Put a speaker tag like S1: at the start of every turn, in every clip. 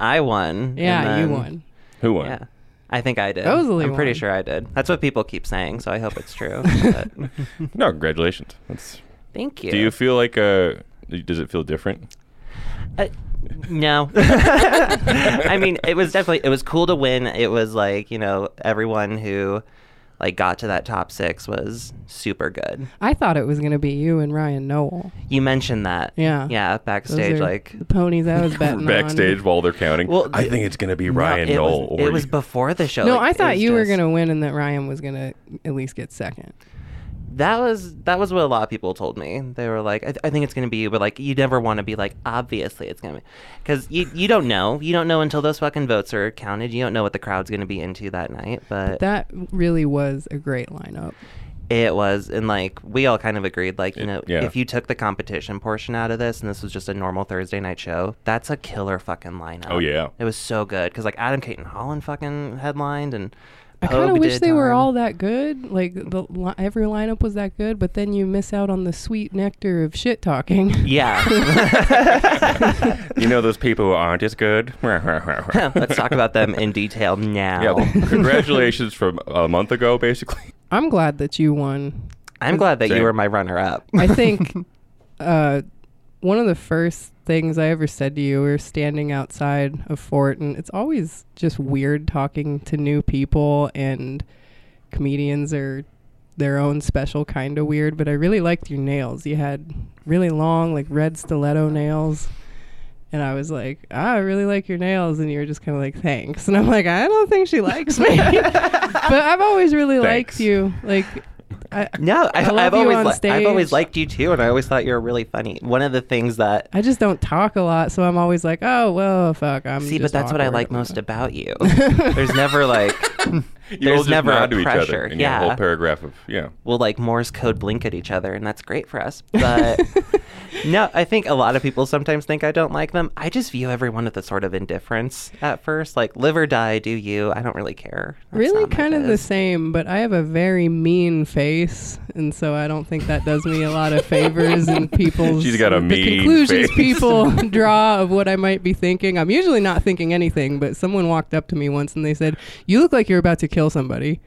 S1: I won. and
S2: Yeah,
S1: then-
S2: you won.
S3: Who won?
S1: Yeah. I think I did.
S2: Supposedly
S1: I'm pretty
S2: won.
S1: sure I did. That's what people keep saying, so I hope it's true. but-
S3: No, congratulations. That's,
S1: thank you.
S3: Do you feel like a? Does it feel different?
S1: Uh, no. I mean, it was definitely it was cool to win. It was like, you know, everyone who like got to that top 6 was super good.
S2: I thought it was gonna be you and Ryan Noel.
S1: You mentioned that.
S2: Yeah.
S1: Yeah,
S2: Those
S1: backstage
S2: are
S1: like
S2: the ponies I was betting
S3: Backstage
S2: on.
S3: while they're counting.
S1: Well,
S3: I think it's gonna be
S1: No,
S3: Ryan
S1: it
S3: Knoll.
S1: was, it was before the show.
S2: No,
S1: Like,
S2: I
S1: it
S2: thought
S1: was
S2: you were
S1: just-
S2: gonna win and that Ryan was gonna at least get second.
S1: That was that was what a lot of people told me. They were like, I, I think it's gonna be you, but like you never want to be like, obviously it's gonna be, because you you don't know, you don't know until those fucking votes are counted. You don't know what the crowd's gonna be into that night, but,
S2: That really was a great lineup.
S1: it was, and like we all kind of agreed, like you
S3: It-
S1: know,
S3: yeah.
S1: if you took the competition portion out of this and this was just a normal Thursday night show, that's a killer fucking lineup.
S3: Oh, yeah.
S1: it was so good because like Adam Caton Holland fucking headlined and.
S2: I kind
S1: Pogue
S2: of wish
S1: did
S2: they were
S1: time.
S2: all that good. Like the li- every lineup was that good, but then you miss out on the sweet nectar of shit talking.
S1: Yeah.
S3: you know those people who aren't as good.
S1: Let's
S3: Let's
S1: talk about them in detail now.
S3: Yeah, well, congratulations from a month ago, basically.
S2: I'm glad that you won.
S1: I'm glad that you
S3: Same.
S1: were my runner up.
S2: I think uh, one of the first things I ever said to you, we were standing outside of Fort, and it's always just weird talking to new people, and comedians are their own special kind of weird. But I really liked your nails. You had really long, like red stiletto nails. And I was like, ah, I really like your nails. And you were just kind of like, thanks. And I'm like, I don't think she likes me. but I've always really
S3: Thanks.
S2: liked you. Like, I,
S1: No, I,
S2: I love
S1: have
S2: you
S1: always
S2: on
S1: li- I've always
S2: stage.
S1: liked you too, and I always thought you were really funny. One of the things that
S2: I just don't talk a lot, so I'm always like, oh well, fuck. I'm
S1: see, but
S2: just
S1: that's what I
S2: awkward
S1: like
S2: about
S1: most
S2: it."
S1: about you. There's never like
S3: You all
S1: there's
S3: just
S1: never
S3: nod
S1: a
S3: to each other
S1: pressure.
S3: in your whole
S1: yeah,
S3: paragraph of yeah.
S1: we'll like Morse code blink at each other, and that's great for us. But no, I think a lot of people sometimes think I don't like them. I just view everyone with a sort of indifference at first, like live or die, do you? I don't really care. That's
S2: really
S1: not my
S2: kind of the
S1: biz.
S2: same, but I have a very mean face, and so I don't think that does me a lot of favors in people's.
S3: She's got a
S2: the
S3: mean
S2: conclusions
S3: face.
S2: people draw of what I might be thinking. I'm usually not thinking anything, but someone walked up to me once and they said, "You look like you're about to kill somebody."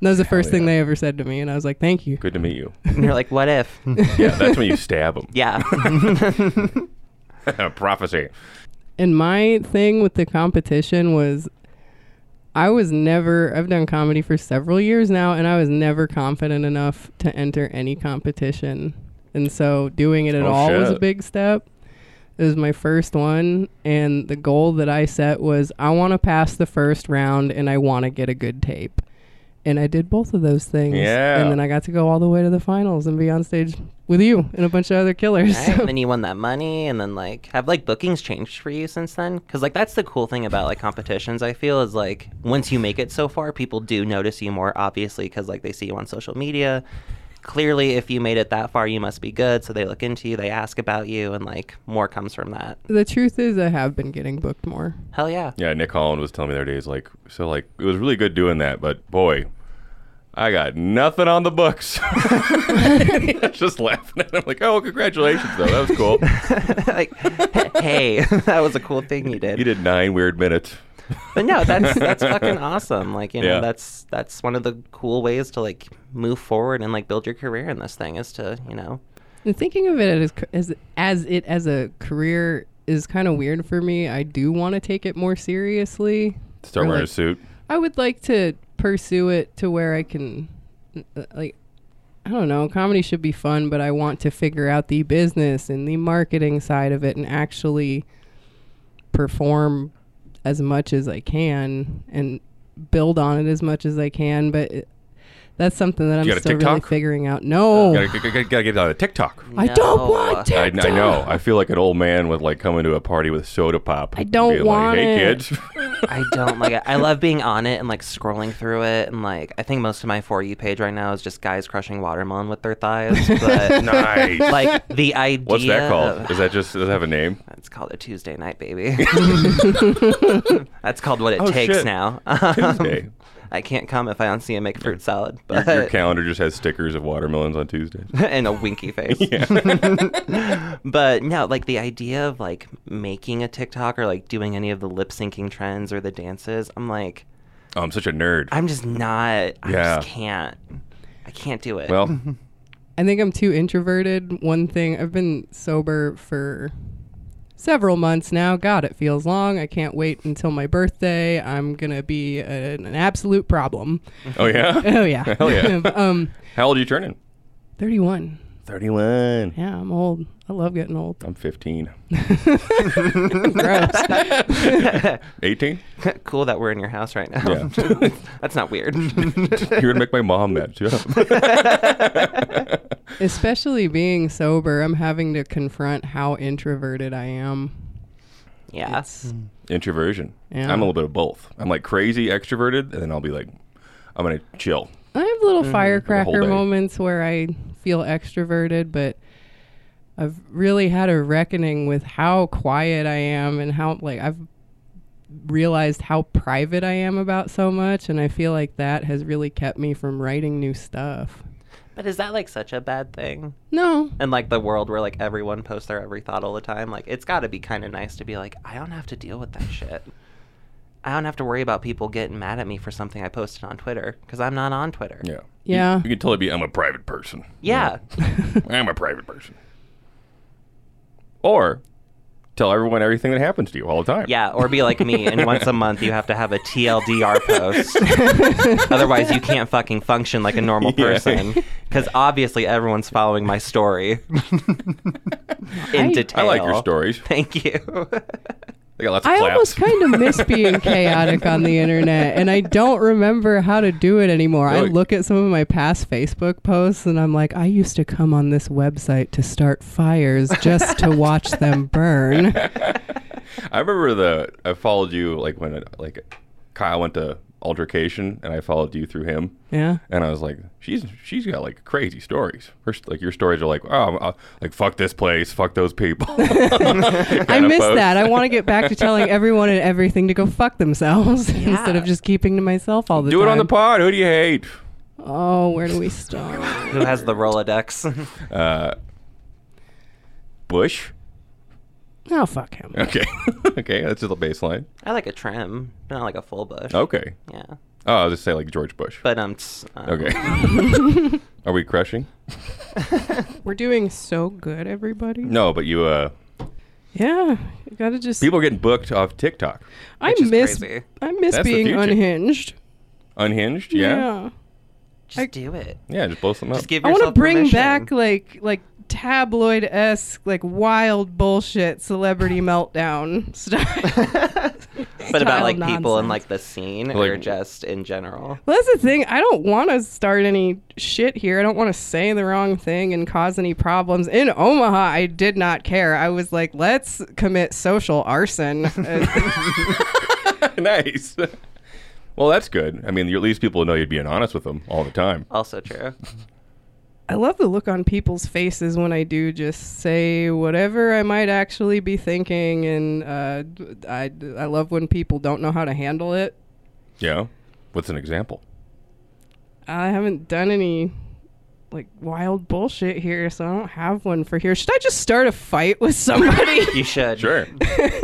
S2: And that was the first thing
S3: yeah.
S2: they ever said to me, and I was like, "Thank you."
S3: Good to meet you.
S1: And you're like, what if?
S3: Yeah, that's when you stab them.
S1: yeah.
S3: Prophecy.
S2: and my thing with the competition was I was never I've done comedy for several years now and I was never confident enough to enter any competition. And so doing it at
S3: Oh,
S2: all was a
S3: shit.
S2: big step. It was my first one and the goal that I set was I want to pass the first round and I want to get a good tape. And I did both of those things.
S3: Yeah.
S2: And then I got to go all the way to the finals and be on stage with you and a bunch of other killers.
S1: Right? And then you won that money, and then like have like bookings changed for you since then? Because like that's the cool thing about like competitions. I feel is like once you make it so far, people do notice you more obviously because like they see you on social media. Clearly, if you made it that far, you must be good. So they look into you, they ask about you, and like more comes from that.
S2: the truth is I have been getting booked more.
S1: Hell yeah.
S3: Yeah, Nick Holland was telling me the other day, he's like, so like it was really good doing that, but boy, I got nothing on the books. I was just laughing at him, like, oh, congratulations though, that was cool.
S1: like, hey, that was a cool thing you did.
S3: you did nine weird minutes.
S1: But no, that's that's fucking awesome. Like you know,
S3: Yeah.
S1: that's that's one of the cool ways to like move forward and like build your career in this thing is to you know
S2: And thinking of it as as as it as a career is kind of weird for me. I do want to take it more seriously.
S3: Start
S2: Or,
S3: wearing a
S2: like,
S3: suit.
S2: I would like to pursue it to where I can, uh, like, I don't know. Comedy should be fun, but I want to figure out the business and the marketing side of it and actually perform as much as I can and build on it as much as I can. But it, that's something that
S3: got
S2: I'm
S3: a
S2: still really
S3: TikTok? Uh,
S2: figuring out. No,
S3: Gotta, gotta, gotta get on a TikTok.
S2: I don't
S1: No.
S2: want to.
S3: I, I know. I feel like an old man with like coming to a party with soda pop.
S2: I don't
S3: being
S2: want
S3: like, Hey
S2: it."
S3: kids,
S1: I don't like it. I love being on it and like scrolling through it and like I think most of my for you page right now is just guys crushing watermelon with their thighs. But
S3: nice.
S1: like the idea
S3: What's that
S1: of-
S3: called? Is that just does it have a name?
S1: it's called a Tuesday night baby. That's called what it
S3: Oh,
S1: takes
S3: shit.
S1: now. Um,
S3: Tuesday.
S1: I can't come if I don't see a McFruit salad,
S3: Your,
S1: but
S3: your calendar just has stickers of watermelons on Tuesdays.
S1: and a winky face. but no, like the idea of like making a TikTok or like doing any of the lip syncing trends or the dances, I'm like,
S3: Oh, I'm such a nerd.
S1: I'm just not. I
S3: Yeah.
S1: just can't. I can't do it.
S3: well,
S2: I think I'm too introverted. One thing, I've been sober for several months now. God, it feels long. I can't wait until my birthday. I'm going to be a, an absolute problem.
S3: oh yeah.
S2: Oh, yeah.
S3: Hell yeah.
S2: um,
S3: How old are you turning?
S2: 31.
S3: Thirty-one.
S2: Yeah, I'm old. I love getting old.
S3: I'm fifteen.
S2: Gross.
S3: Eighteen.
S1: cool that we're in your house right now.
S3: Yeah.
S1: That's not weird.
S3: you would make my mom mad too.
S2: Especially being sober, I'm having to confront how introverted I am.
S1: yeah.
S3: Introversion.
S2: Yeah.
S3: I'm a little bit of both. I'm like crazy extroverted, and then I'll be like, I'm gonna chill.
S2: I have little firecracker
S3: day.
S2: moments where I feel extroverted, but I've really had a reckoning with how quiet I am and how like I've realized how private I am about so much and I feel like that has really kept me from writing new stuff.
S1: But is that like such a bad thing?
S2: No.
S1: And like the world where like everyone posts their every thought all the time, like it's got to be kind of nice to be like, I don't have to deal with that shit. I don't have to worry about people getting mad at me for something I posted on Twitter because I'm not on Twitter.
S3: Yeah.
S2: Yeah.
S3: You can totally be. I'm a private person.
S1: Yeah.
S3: I'm a private person. Or tell everyone everything that happens to you all the time.
S1: Yeah, or be like me, and once a month you have to have a TLDR post. Otherwise, you can't fucking function like a normal
S3: Yeah.
S1: person. Because obviously, everyone's following my story in
S2: I-
S1: detail.
S3: I like your stories.
S1: Thank you.
S3: They got lots of
S2: I
S3: claps.
S2: almost kind of miss being chaotic on the internet, and I don't remember how to do it anymore. I
S3: Really?
S2: look at some of my past Facebook posts, and I'm like, I used to come on this website to start fires just to watch them burn.
S3: I remember the I followed you like when like Kyle went to altercation and I followed you through him
S2: Yeah,
S3: and I was like she's she's got like crazy stories. Her st- like your stories are like oh uh, like fuck this place, fuck those people.
S2: I
S3: Kinda
S2: miss
S3: post.
S2: that. I want to get back to telling everyone and everything to go fuck themselves instead of just keeping to myself all the
S3: Do
S2: time.
S3: it on the pod. Who do you hate?
S2: Oh, where do we start?
S1: Who has the Rolodex?
S3: Uh, Bush.
S2: oh, fuck him.
S3: Okay, okay, that's just the baseline.
S1: I like a trim, but not like a full bush.
S3: Okay.
S1: Yeah.
S3: Oh, I'll just say like George Bush.
S1: But um, tss, um,
S3: Okay. Are we crushing?
S2: We're doing so good, everybody.
S3: No, but you uh
S2: Yeah, you gotta just.
S3: people are getting booked off TikTok.
S2: I
S1: Which is
S2: miss.
S1: crazy.
S2: I miss
S3: That's the
S2: being
S3: future.
S2: unhinged.
S3: Unhinged, yeah.
S1: Just
S2: I-
S1: do it.
S3: Yeah, just blow something up.
S1: Just give
S2: I
S1: yourself
S2: want to bring
S1: permission.
S2: back like like tabloid esque like wild bullshit celebrity meltdown stuff.
S1: but about like
S2: style
S1: people and
S2: nonsense.
S1: like the scene
S3: Like-
S1: or just in general.
S2: well, that's the thing. I don't want to start any shit here. I don't want to say the wrong thing and cause any problems. In Omaha, I did not care. I was like, let's commit social arson. Uh,
S3: nice. Well, that's good. I mean, you- at least people know you're being honest with them all the time.
S1: Also true.
S2: I love the look on people's faces when I do just say whatever I might actually be thinking, and uh, I I love when people don't know how to handle it.
S3: Yeah. What's an example?
S2: I haven't done any like wild bullshit here, so I don't have one for here. Should I just start a fight with somebody?
S1: You should.
S3: Sure.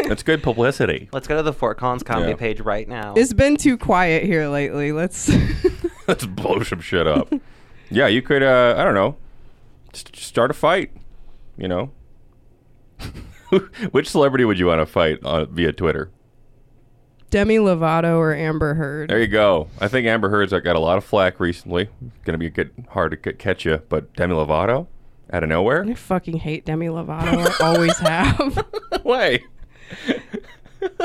S3: that's good publicity.
S1: Let's go to the Fort Collins comedy
S3: Yeah.
S1: page right now.
S2: it's been too quiet here lately. Let's.
S3: Let's blow some shit up. yeah, you could, uh, I don't know, st- start a fight, you know? Which celebrity would you want to fight uh, via Twitter?
S2: Demi Lovato or Amber Heard.
S3: There you go. I think Amber Heard's like, got a lot of flack recently. Going to be good, hard to c- catch you, but Demi Lovato out of nowhere?
S2: I fucking hate Demi Lovato. I always have.
S3: Why?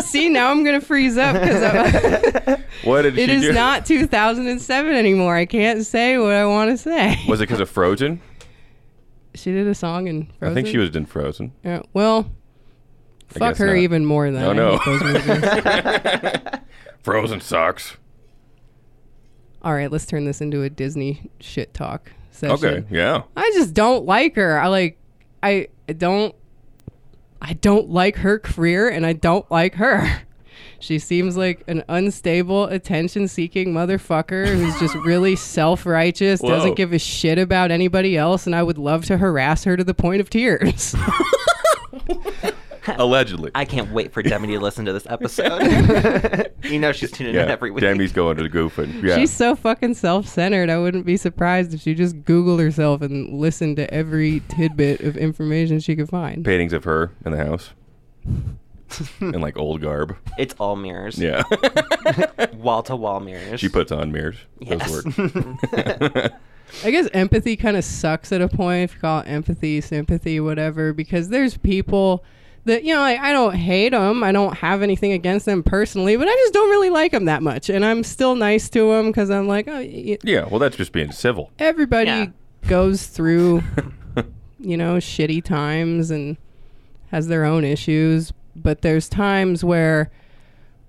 S2: See, now I'm gonna freeze up because
S3: What did
S2: it
S3: she
S2: is
S3: do?
S2: not 2007 anymore. I can't say what I want to say.
S3: Was it because of Frozen?
S2: She did a song in Frozen.
S3: I think she was in Frozen.
S2: Yeah, well, fuck
S3: guess
S2: her
S3: not.
S2: even more than
S3: Oh,
S2: I
S3: no.
S2: hate those movies.
S3: Frozen sucks.
S2: All right, let's turn this into a Disney shit talk session.
S3: Okay, yeah.
S2: I just don't like her. I like I I don't I don't like her career and I don't like her. She seems like an unstable, attention seeking motherfucker who's just really self righteous,
S3: Whoa.
S2: doesn't give a shit about anybody else, and I would love to harass her to the point of tears.
S3: Allegedly.
S1: I can't wait for Demi to listen to this episode. you know she's tuning in
S3: yeah.
S1: every week.
S3: Demi's going to the goofing. Yeah.
S2: She's so fucking self centered. I wouldn't be surprised if she just Googled herself and listened to every tidbit of information she could find.
S3: Paintings of her in the house. in like old garb.
S1: It's all mirrors.
S3: Yeah.
S1: Wall to wall mirrors.
S3: she puts on mirrors.
S1: Yes.
S3: Those work.
S2: I guess empathy kind of sucks at a point if you call it empathy, sympathy, whatever, because there's people that, you know, like, I don't hate them. I don't have anything against them personally, but I just don't really like them that much. And I'm still nice to them because I'm like, oh, y- y-
S3: yeah. Well, that's just being civil.
S2: everybody
S1: Yeah.
S2: goes through, you know, shitty times and has their own issues. But there's times where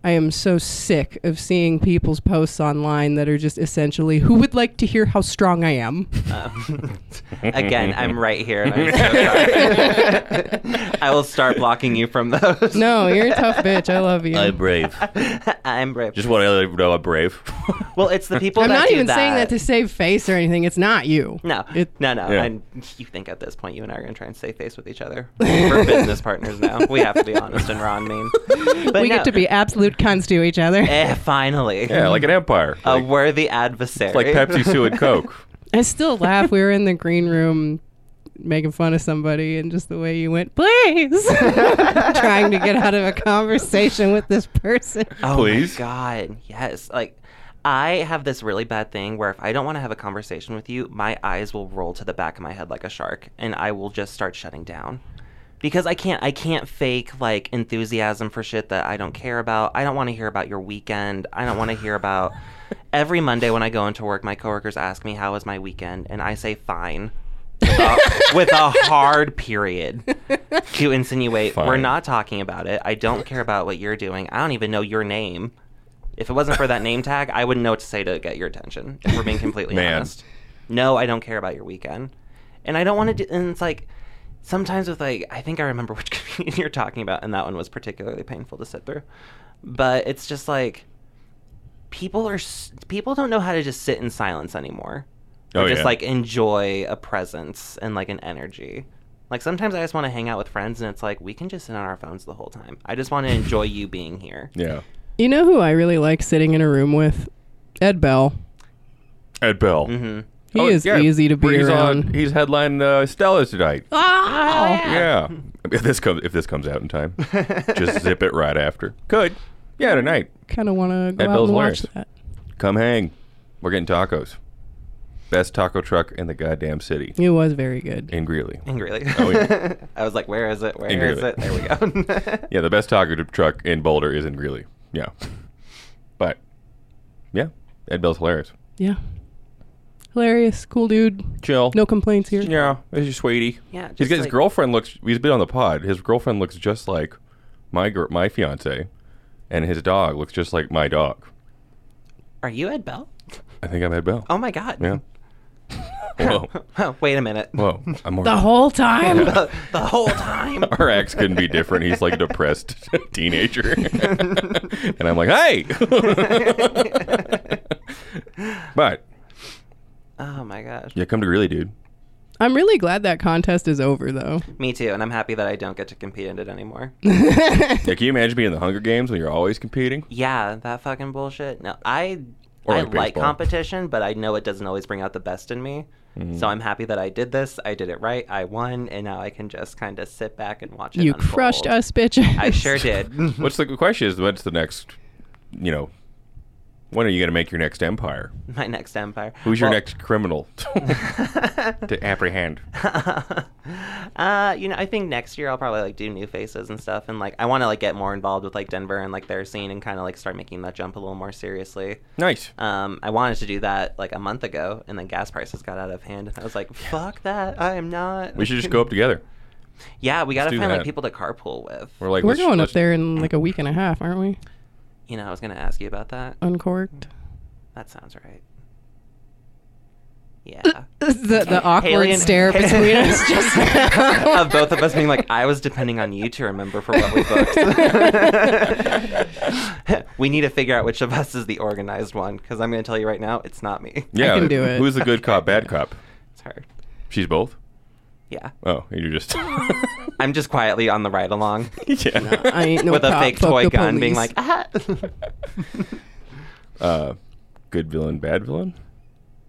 S2: I am so sick of seeing people's posts online that are just essentially, who would like to hear how strong I am?
S1: Um, again, I'm right here. And I'm so sorry. I will start blocking you from those.
S2: No, you're a tough bitch. I love you. I'm,
S3: brave.
S1: I'm brave.
S3: Just want to let you know I'm brave.
S1: well, it's the people. that
S2: not
S1: do
S2: even saying that to save face or anything. It's not you.
S1: No,
S2: It-
S1: no, no.
S3: Yeah.
S1: And you think at this point you and I are going to try and stay face with each other? We're business partners now. We have to be honest and raw and mean. But no.
S2: we get to be absolute cunts to each other.
S1: Eh, finally.
S3: yeah, like an empire.
S1: a
S3: Like,
S1: worthy adversary.
S3: it's like Pepsi, Sue, and Coke.
S2: I still laugh. We were in the green room making fun of somebody, and just the way you went, please, trying to get out of a conversation with this person.
S1: Oh
S3: Please?
S1: my god, yes. Like I have this really bad thing where if I don't want to have a conversation with you, my eyes will roll to the back of my head like a shark and I will just start shutting down. Because I can't I can't fake like enthusiasm for shit that I don't care about. I don't want to hear about your weekend. I don't want to hear about every Monday when I go into work, my coworkers ask me how was my weekend and I say fine. With a- with a hard period to insinuate we're
S3: Fine.
S1: not talking about it. I don't care about what you're doing. I don't even know your name. If it wasn't for that name tag, I wouldn't know what to say to get your attention. If we're being completely
S3: Man.
S1: honest, no, I don't care about your weekend, and I don't want to. Do, and it's like sometimes with like I think I remember which comedian you're talking about, and that one was particularly painful to sit through. But it's just like people are s- people don't know how to just sit in silence anymore. Or
S3: Oh,
S1: just
S3: yeah.
S1: like enjoy a presence and like an energy. Like sometimes I just want to hang out with friends and it's like we can just sit on our phones the whole time. I just want to enjoy you being here.
S3: Yeah.
S2: You know who I really like sitting in a room with? Ed Bell.
S3: Ed Bell.
S1: Mhm.
S2: He
S3: Oh,
S2: is
S3: yeah,
S2: easy to be
S3: he's
S2: around.
S3: On, he's headlined uh, Stella's tonight.
S1: Oh.
S2: Ah!
S3: Yeah. If this comes if this comes out in time, just zip it right after. Could. Yeah, tonight.
S2: Kind of want to go
S3: Ed
S2: out
S3: Bell's
S2: and
S3: hilarious.
S2: watch that.
S3: Come hang. We're getting tacos. Best taco truck in the goddamn city
S2: It was very good.
S3: in Greeley.
S1: Angry.
S3: Oh, yeah.
S1: I was like, where is it? Where is
S3: Angry
S1: it?
S3: with
S1: There we go.
S3: Yeah, the best taco truck in Boulder is in Greeley. Yeah. But yeah, Ed Bell's hilarious.
S2: Yeah. Hilarious. Cool dude.
S3: Chill.
S2: No complaints here.
S3: Yeah, he's your sweetie.
S1: Yeah,
S3: he's
S1: just
S3: got his
S1: like-
S3: girlfriend looks. He's been on the pod. His girlfriend looks just like my gir- my fiance, and his dog looks just like my dog.
S1: Are you Ed Bell?
S3: I think I'm Ed Bell.
S1: Oh my god.
S3: Yeah. Whoa,
S1: Oh, wait a minute.
S3: whoa! I'm more.
S2: The whole time.
S1: the, the whole time.
S3: Our ex couldn't be different. He's like a depressed teenager, and I'm like, hey. but
S1: Oh my gosh.
S3: yeah, come to Greeley, dude.
S2: I'm really glad that contest is over, though.
S1: Me too, and I'm happy that I don't get to compete in it anymore.
S3: Yeah, can you imagine being in the Hunger Games when you're always competing?
S1: Yeah, that fucking bullshit. No, I
S3: Or
S1: I
S3: like
S1: like
S3: baseball.
S1: competition, but I know it doesn't always bring out the best in me.
S3: Mm-hmm.
S1: So I'm happy that I did this. I did it right. I won, and now I can just kind of sit back and watch it.
S2: You crushed
S1: unfold.
S2: us, bitches.
S1: I sure did.
S3: What's the question? Is what's the next? You know, when are you going to make your next empire?
S1: My next empire.
S3: Who's your
S1: Well,
S3: next criminal to apprehend?
S1: uh, you know, I think next year I'll probably like do new faces and stuff, and like I want to like get more involved with like Denver and like their scene, and kind of like start making that jump a little more seriously.
S3: Nice.
S2: Uh,
S1: Um, I wanted to do that like a month ago, and then gas prices got out of hand, and I was like, "Fuck that! I am not."
S3: We should just go up together.
S1: Yeah, we got to
S3: do
S1: find
S3: that.
S1: like people to carpool with.
S3: We're like
S2: We're
S3: let's-
S2: going up
S3: let's-
S2: there in like a week and a half, aren't we?
S1: You
S2: Mm.
S1: know, I was gonna ask you about that.
S2: Uncorked.
S1: That sounds right. Yeah.
S2: the, the awkward
S1: Haley and-
S2: stare between us. Just
S1: of both of us being like, I was depending on you to remember for what we booked. we need to figure out which of us is the organized one because I'm going to tell you right now, it's not me.
S3: Yeah,
S2: can do it.
S3: Who's the good cop, bad cop?
S1: It's hard.
S3: She's both.
S1: Yeah.
S3: Oh, you're just
S1: I'm just quietly on the ride along
S3: yeah.
S2: I ain't no
S1: with a
S2: cop,
S1: fake
S2: fuck
S1: toy
S2: the
S1: gun, being
S2: police.
S1: like, ah.
S3: Uh, good villain, bad villain.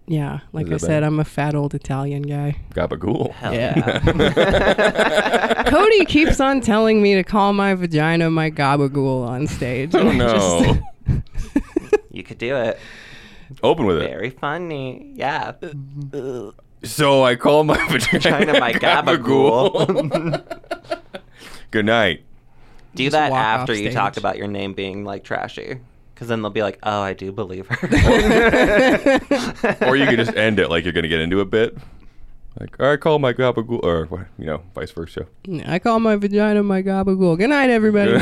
S2: yeah, like
S3: Is
S2: I
S3: it
S2: said,
S3: bad?
S2: I'm a fat old Italian guy.
S3: Gabagool.
S1: Hell
S2: Yeah.
S1: yeah.
S2: Cody keeps on telling me to call my vagina my gabagool on stage.
S3: Oh
S2: and I just-
S3: no!
S1: you could do it.
S3: Open with it.
S1: Very funny. Yeah.
S2: Uh,
S1: Ugh.
S3: So I call my vagina
S1: Vagina my
S3: gabagool. good night.
S1: do
S2: Just
S1: that
S2: walk off
S1: after you
S2: stage.
S1: talked about your name being like trashy. Because then they'll be like, oh, I do believe her.
S3: Or you can just end it like you're gonna get into a bit. Like, all right, call my gabagool, or what- you know, vice versa.
S2: I call my vagina my gabagool. Good night, everybody.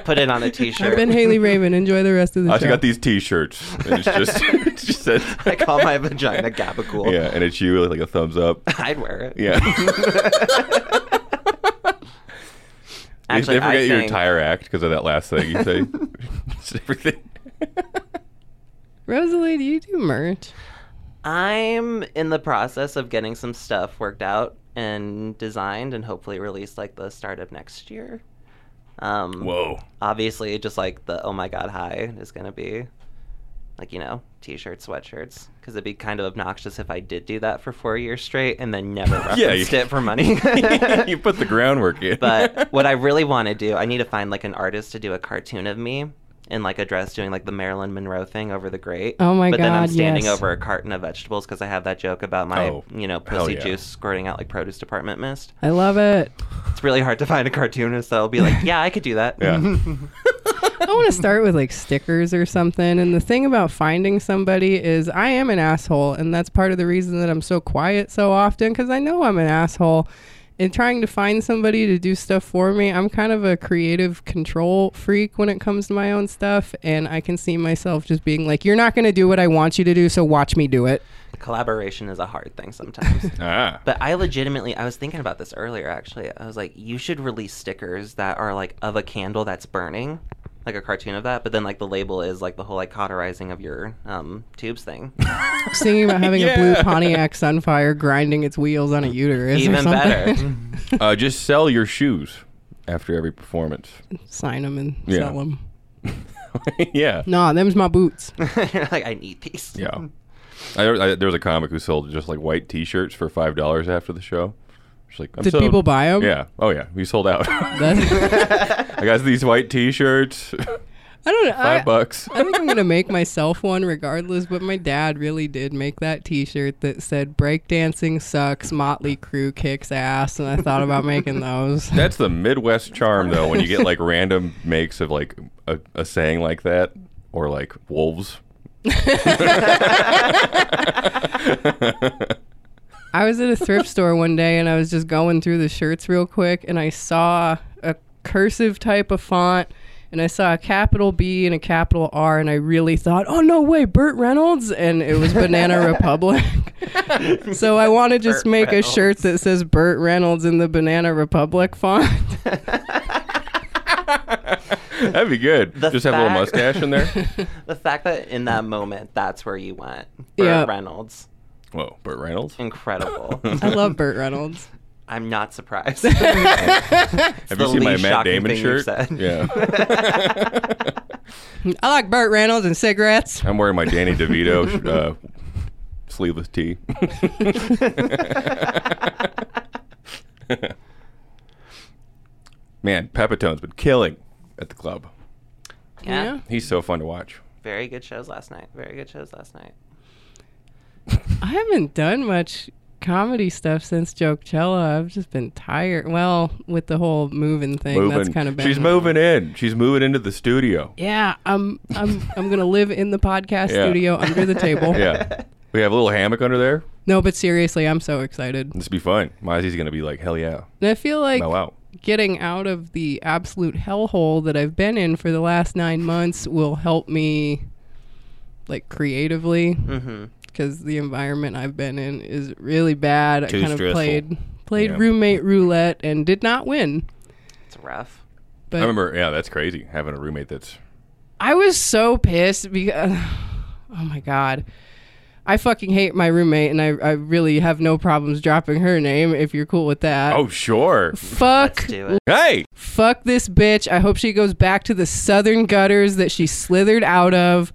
S1: Put it on a t shirt.
S2: I've been Haley Raven. Enjoy the rest of the
S3: I
S2: show.
S3: also got these T-shirts. And it's just, it just says,
S1: I call my vagina gabagool.
S3: yeah, and it's you with like a thumbs up.
S1: I'd wear it.
S3: Yeah.
S1: Actually,
S3: they forget
S1: I
S3: your
S1: think-
S3: entire act because of that last thing you say. Just everything.
S2: Rosalie, do you do merch?
S1: I'm in the process of getting some stuff worked out and designed and hopefully released like the start of next year. Um,
S3: Whoa.
S1: Obviously, just like the oh my god high is going to be like, you know, t shirts, sweatshirts. Because it'd be kind of obnoxious if I did do that for four years straight and then never referenced
S3: Yeah, you-
S1: it for money.
S3: you put the groundwork in.
S1: But what I really want to do, I need to find like an artist to do a cartoon of me in like a dress doing like the Marilyn Monroe thing over the grate.
S2: Oh my
S1: but But then I'm
S2: God,
S1: standing
S2: yes.
S1: over a carton of vegetables because I have that joke about my
S3: Oh,
S1: you know
S3: hell
S1: pussy
S3: yeah.
S1: juice squirting out like produce department mist.
S2: I love it.
S1: It's really hard to find a cartoonist that'll be like, yeah, I could do that.
S3: yeah.
S2: I want to start with like stickers or something. And the thing about finding somebody is I am an asshole. And that's part of the reason that I'm so quiet so often because I know I'm an asshole. And trying to find somebody to do stuff for me, I'm kind of a creative control freak when it comes to my own stuff. And I can see myself just being like, you're not going to do what I want you to do. So watch me do it.
S1: Collaboration is a hard thing sometimes.
S3: Ah.
S1: But I legitimately, I was thinking about this earlier. Actually, I was like, you should release stickers that are like of a candle that's burning, like a cartoon of that. But then like the label is like the whole like cauterizing of your um, tubes thing.
S2: Singing about having a
S3: Yeah.
S2: blue Pontiac Sunfire grinding its wheels on a uterus. or
S1: Even
S2: something.
S1: better.
S3: uh, just sell your shoes after every performance.
S2: Sign them and sell
S3: Yeah.
S2: 'em. sell them.
S3: yeah.
S2: Nah, them's my boots.
S1: You're like I need these.
S3: Mm. Yeah. I, I, there was a comic who sold just like white T-shirts for five dollars after the show. She's like, I'm
S2: Did
S3: sold.
S2: people buy them?
S3: Yeah. Oh yeah. We sold out. I
S2: I
S3: got these white T-shirts.
S2: don't know.
S3: Five
S2: I,
S3: bucks.
S2: I think I'm gonna make myself one regardless. But my dad really did make that T-shirt that said "Breakdancing sucks, Motley Crue kicks ass," and I thought about making those.
S3: That's the Midwest charm, though, when you get like random makes of like a, a saying like that or like wolves.
S2: I was at a thrift store one day and I was just going through the shirts real quick and I saw a cursive type of font and I saw a capital B and a capital R and I really thought, oh no way, Burt Reynolds and it was Banana Republic. so I want to just
S1: Burt
S2: make
S1: Reynolds.
S2: a shirt that says Burt Reynolds in the Banana Republic font.
S3: That'd be good.
S1: The
S3: Just have a little
S1: fact-
S3: mustache in there.
S1: The fact that in that moment, that's where you went. Burt
S2: Yeah.
S1: Reynolds,
S3: Whoa, Burt Reynolds.
S1: incredible.
S2: I love Burt Reynolds.
S1: I'm not surprised. Have
S3: Have you seen my Matt Damon shirt? Yeah,
S2: I like Burt Reynolds and cigarettes.
S3: I'm wearing my Danny DeVito uh, sleeveless tee. Man, Pepitone's been killing at the club.
S1: Yeah.
S2: Yeah.
S3: He's so fun to watch.
S1: Very good shows last night. Very good shows last night.
S2: I haven't done much comedy stuff since Jokecella. I've just been tired. Well, with the whole moving thing, that's kind of been.
S3: She's moving in. She's moving into the studio.
S2: Yeah, I'm. I'm. I'm gonna live in the podcast
S3: Yeah.
S2: studio under the table.
S3: Yeah. We have a little hammock under there.
S2: No, but seriously, I'm so excited,
S3: This will be fun. Mozzie's going to be like, hell yeah.
S2: and I feel like
S3: Bow out.
S2: getting out of the absolute hellhole that I've been in for the last nine months will help me like creatively
S1: Mm-hmm.
S2: because the environment I've been in is really bad.
S3: Too
S2: I kind
S3: stressful.
S2: of played played
S3: Yeah.
S2: roommate roulette and did not win.
S1: It's rough.
S2: But
S3: I remember, yeah, that's crazy having a roommate that's
S2: I was so pissed because, oh my god, I fucking hate my roommate, and I, I really have no problems dropping her name if you're cool with that.
S3: oh sure,
S2: Fuck,
S1: Do it.
S3: hey,
S2: fuck this bitch. I hope she goes back to the southern gutters that she slithered out of.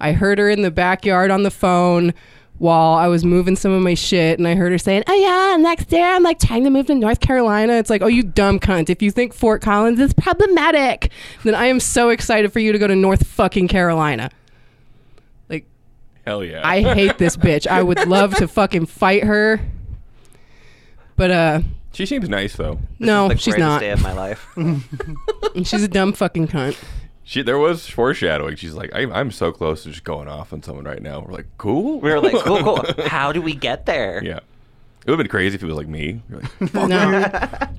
S2: I heard her in the backyard on the phone while I was moving some of my shit, and I heard her saying, Oh, yeah, next year I'm like trying to move to North Carolina. It's like, Oh, you dumb cunt. If you think Fort Collins is problematic, then I am so excited for you to go to North fucking Carolina. Like,
S3: hell yeah,
S2: I hate this bitch. I would love to fucking fight her. But, uh,
S3: she seems nice though.
S2: no,
S1: the
S2: she's
S1: greatest
S2: not.
S1: day of my life.
S2: She's a dumb fucking cunt.
S3: She there was foreshadowing. She's like, I, I'm so close to just going off on someone right now. We're like, cool.
S1: we were like, cool, cool. How do we get there?
S3: yeah. It would have been crazy if it was like me. You're like,
S2: No.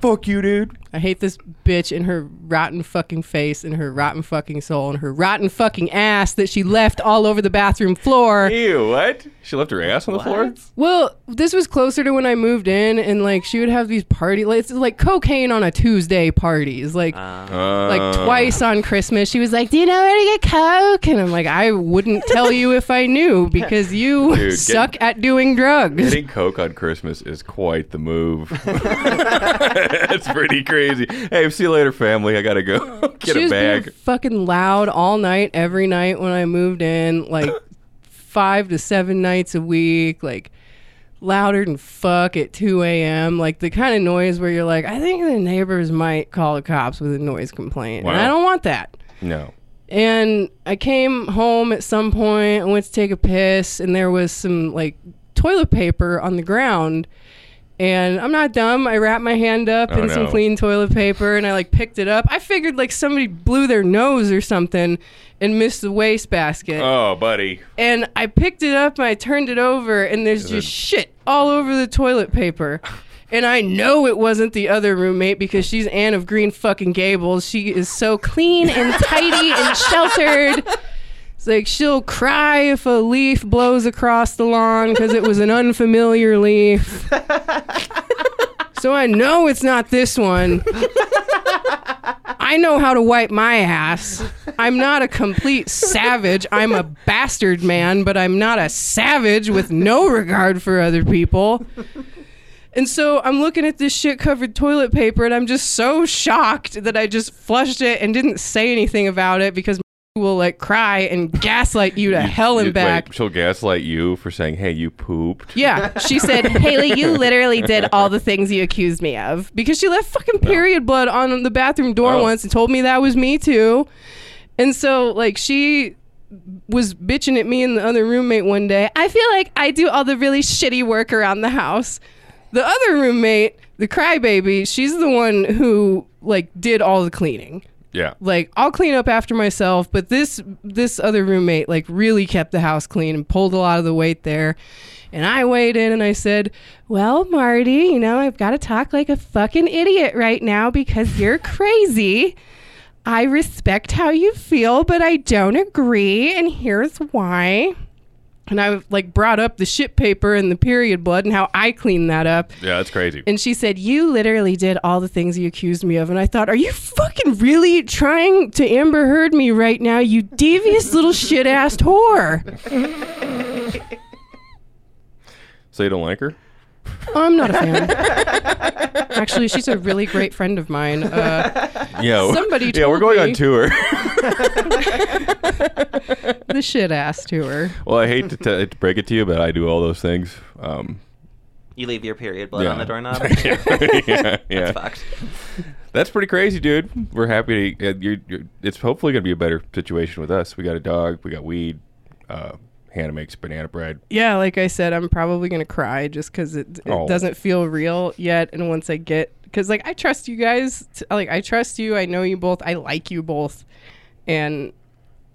S3: Fuck you, dude.
S2: I hate this bitch and her rotten fucking face and her rotten fucking soul and her rotten fucking ass that she left all over the bathroom floor.
S3: Ew, what? She left her ass on the floor?
S1: What?
S2: Well, this was closer to when I moved in and like she would have these party like it's like cocaine on a Tuesday parties. Like
S1: Um,
S3: Uh,
S2: like twice on Christmas she was like, "Do you know where to get coke?" And I'm like, "I wouldn't tell you if I knew because you
S3: Dude, get-
S2: suck at doing drugs."
S3: Getting Coke on Christmas is quite the move. That's pretty crazy. Hey, see you later, family. I gotta go get
S2: she
S3: a
S2: was being
S3: bag.
S2: fucking loud all night, every night when I moved in, like five to seven nights a week, like louder than fuck at 2 a.m. Like the kind of noise where you're like, I think the neighbors might call the cops with a noise complaint. And
S3: Wow.
S2: I don't want that.
S3: No.
S2: And I came home at some point. I went to take a piss, and there was some like toilet paper on the ground. And I'm not dumb. I wrapped my hand up
S3: Oh,
S2: in some
S3: no.
S2: clean toilet paper, and I like picked it up. I figured like somebody blew their nose or something, and missed the wastebasket.
S3: Oh, buddy.
S2: and I picked it up, and I turned it over, and there's
S3: it-
S2: just shit all over the toilet paper. And I know it wasn't the other roommate because she's Anne of Green fucking Gables. She is so clean and tidy and sheltered. It's like she'll cry if a leaf blows across the lawn because it was an unfamiliar leaf. so I know it's not this one. I know how to wipe my ass. I'm not a complete savage. I'm a bastard man, but I'm not a savage with no regard for other people. And so I'm looking at this shit covered toilet paper and I'm just so shocked that I just flushed it and didn't say anything about it because will like cry and gaslight you to hell and
S3: You-
S2: back.
S3: Wait, she'll gaslight you for saying, hey, you pooped.
S2: Yeah, she said, Haley, you literally did all the things you accused me of because she left fucking period blood on the bathroom door
S3: Oh.
S2: once and told me that was me too. And so, like, she was bitching at me and the other roommate one day. I feel like I do all the really shitty work around the house. The other roommate, the crybaby, she's the one who like did all the cleaning
S3: Yeah.
S2: like I'll clean up after myself, but this this other roommate like really kept the house clean and pulled a lot of the weight there. And I weighed in and I said, "Well, Marty, you know, I've got to talk like a fucking idiot right now because you're crazy. I respect how you feel, but I don't agree, and here's why." And I like brought up the shit paper and the period blood and how I cleaned that up.
S3: Yeah, that's crazy.
S2: And she said, You literally did all the things you accused me of. And I thought, Are you fucking really trying to Amber Heard me right now, you devious little shit ass whore?
S3: so you don't like her?
S2: I'm not a fan. Actually, she's a really great friend of mine. Uh,
S3: Yeah. w-
S2: Somebody
S3: Yeah, we're
S2: told
S3: going on
S2: me.
S3: tour.
S2: the shit ass to her.
S3: well, I hate to, t- to break it to you, but I do all those things. Um,
S1: You leave your period blood
S3: yeah.
S1: on the doorknob.
S3: yeah, yeah.
S1: Fucked.
S3: That's pretty crazy, dude. We're happy to. Uh, you're, you're, it's hopefully going to be a better situation with us. We got a dog. We got weed. Uh, Hannah makes banana bread.
S2: Yeah, like I said, I'm probably going to cry just because it, it
S3: Oh.
S2: doesn't feel real yet. And once I get, because like I trust you guys, t- like I trust you, I know you both, I like you both. And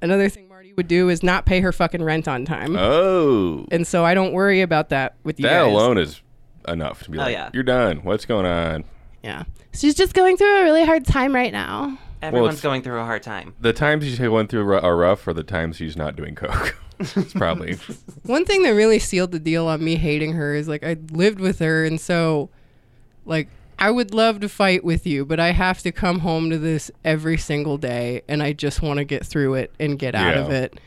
S2: another thing Marty would do is not pay her fucking rent on time.
S3: Oh,
S2: and so I don't worry about that with you
S3: that
S2: guys.
S3: alone is enough to be
S1: Oh,
S3: like,
S1: yeah.
S3: you're done. What's going on?
S2: Yeah. She's just going through a really hard time right now.
S1: Everyone's
S3: it's-
S1: going through a hard time.
S3: The times she's going through ru- are rough, or the times she's not doing coke. It's probably
S2: One thing that really sealed the deal on me hating her is like I lived with her, and so like I would love to fight with you, but I have to come home to this every single day, and I just want to get through it and get out of
S3: Yeah.
S2: it.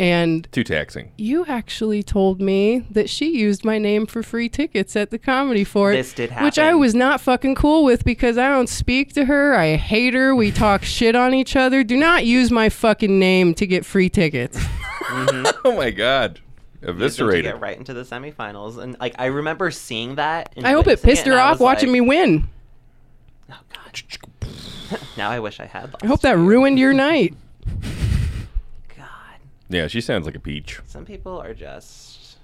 S2: And
S3: too taxing.
S2: you actually told me that she used my name for free tickets at the comedy fort.
S1: This did
S2: Which I
S1: happen.
S2: was not fucking cool with because I don't speak to her. I hate her. We talk shit on each other. Do not use my fucking name to get free tickets.
S3: Oh
S1: Mm-hmm.
S3: my god,
S1: Used them to
S3: eviscerated.
S1: Get right into the semifinals, and like I remember seeing that. in
S2: I hope it
S1: Lexington,
S2: pissed her
S1: and I
S2: off
S1: was
S2: watching me
S1: like,
S2: win.
S1: Oh God. now I wish I had.
S2: I hope that ruined your night.
S1: God,
S3: Yeah, she sounds like a peach.
S1: some people are just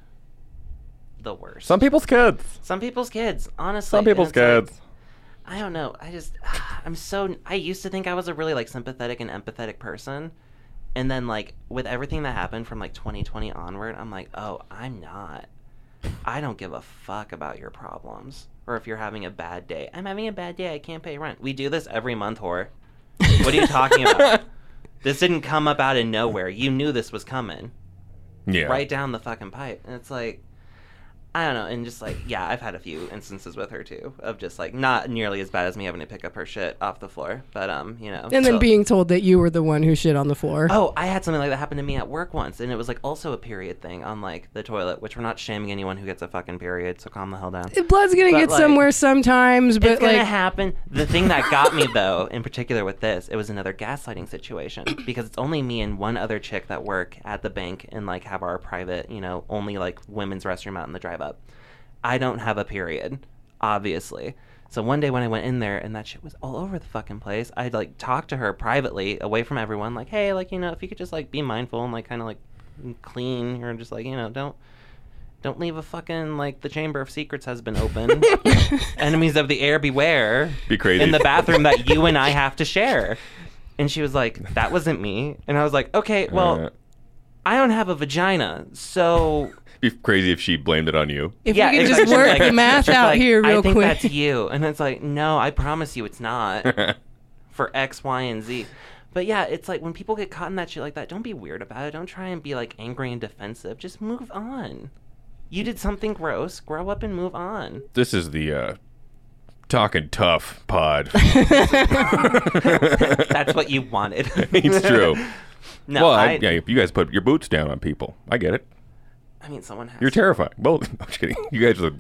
S1: the worst.
S3: Some people's kids.
S1: Some people's kids, honestly.
S3: Some
S1: and
S3: people's
S1: it's like,
S3: kids.
S1: I don't know. I just I'm so I used to think I was a really like sympathetic and empathetic person. And then like with everything that happened from like 2020 onward, I'm like, "Oh, I'm not. I don't give a fuck about your problems or if you're having a bad day. I'm having a bad day. I can't pay rent. We do this every month, whore. What are you talking about? This didn't come up out of nowhere. You knew this was coming
S3: yeah.
S1: right down the fucking pipe. And it's like, I don't know. And just like, yeah, I've had a few instances with her too of just like not nearly as bad as me having to pick up her shit off the floor. But, um, you know.
S2: And then
S1: so-
S2: being told that you were the one who shit on the floor.
S1: Oh, I had something like that happen to me at work once, and it was like also a period thing on like the toilet, which we're not shaming anyone who gets a fucking period, so calm the hell down.
S2: Blood's gonna
S1: But,
S2: get
S1: like,
S2: somewhere sometimes, but
S1: it's gonna
S2: like
S1: happen. The thing that got me though, in particular with this, it was another gaslighting situation because it's only me and one other chick that work at the bank and like have our private, you know, only like women's restroom out in the drive up. I don't have a period, obviously. So one day when I went in there and that shit was all over the fucking place, I'd like talk to her privately, away from everyone, like, hey, like you know, if you could just like be mindful and like kind of like clean or just like you know, don't don't leave a fucking like the chamber of secrets has been opened. Enemies of the air beware.
S3: Be crazy.
S1: In the bathroom that you and I have to share. And she was like, "That wasn't me." And I was like, "Okay, well,
S3: Uh,
S1: I don't have a vagina, so
S3: be crazy if she blamed it on you.
S2: if
S1: yeah."
S2: we could
S1: it's
S2: just
S1: like-
S2: work
S1: like-
S2: the math
S1: she's
S2: out
S1: like,
S2: here real
S1: I think
S2: quick.
S1: that's you. And it's like, no, I promise you, it's not for X, Y, and Z. But yeah, it's like when people get caught in that shit like that, don't be weird about it. Don't try and be like angry and defensive. Just move on. You did something gross. Grow up and move on.
S3: this is the uh, talking tough pod.
S1: That's what you wanted.
S3: it's true.
S1: No,
S3: well, I,
S1: I,
S3: yeah, you guys put your boots down on people. I get it.
S1: I mean, someone has.
S3: You're
S1: to.
S3: terrifying. Both. I'm just kidding. You guys are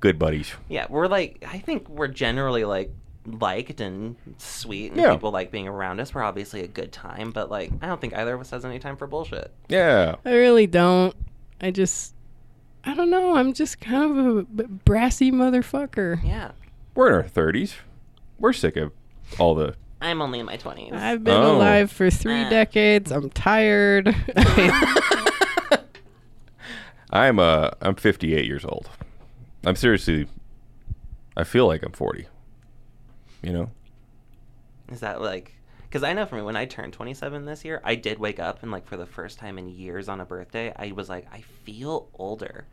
S3: good buddies.
S1: yeah, we're like, I think we're generally like liked and sweet, and
S3: Yeah.
S1: people like being around us. We're obviously a good time, but like, I don't think either of us has any time for bullshit.
S3: Yeah.
S2: I really don't. I just I don't know. I'm just kind of a b- brassy motherfucker.
S1: Yeah,
S3: We're in our 30s. We're sick of all the.
S1: I'm only in my twenties.
S2: I've been
S3: Oh.
S2: alive for three
S1: Ah.
S2: decades. I'm tired.
S3: I'm uh I'm 58 years old. I'm seriously. I feel like I'm 40. You know.
S1: Is that like? Because I know for me, when I turned 27 this year, I did wake up and like for the first time in years on a birthday, I was like, I feel older.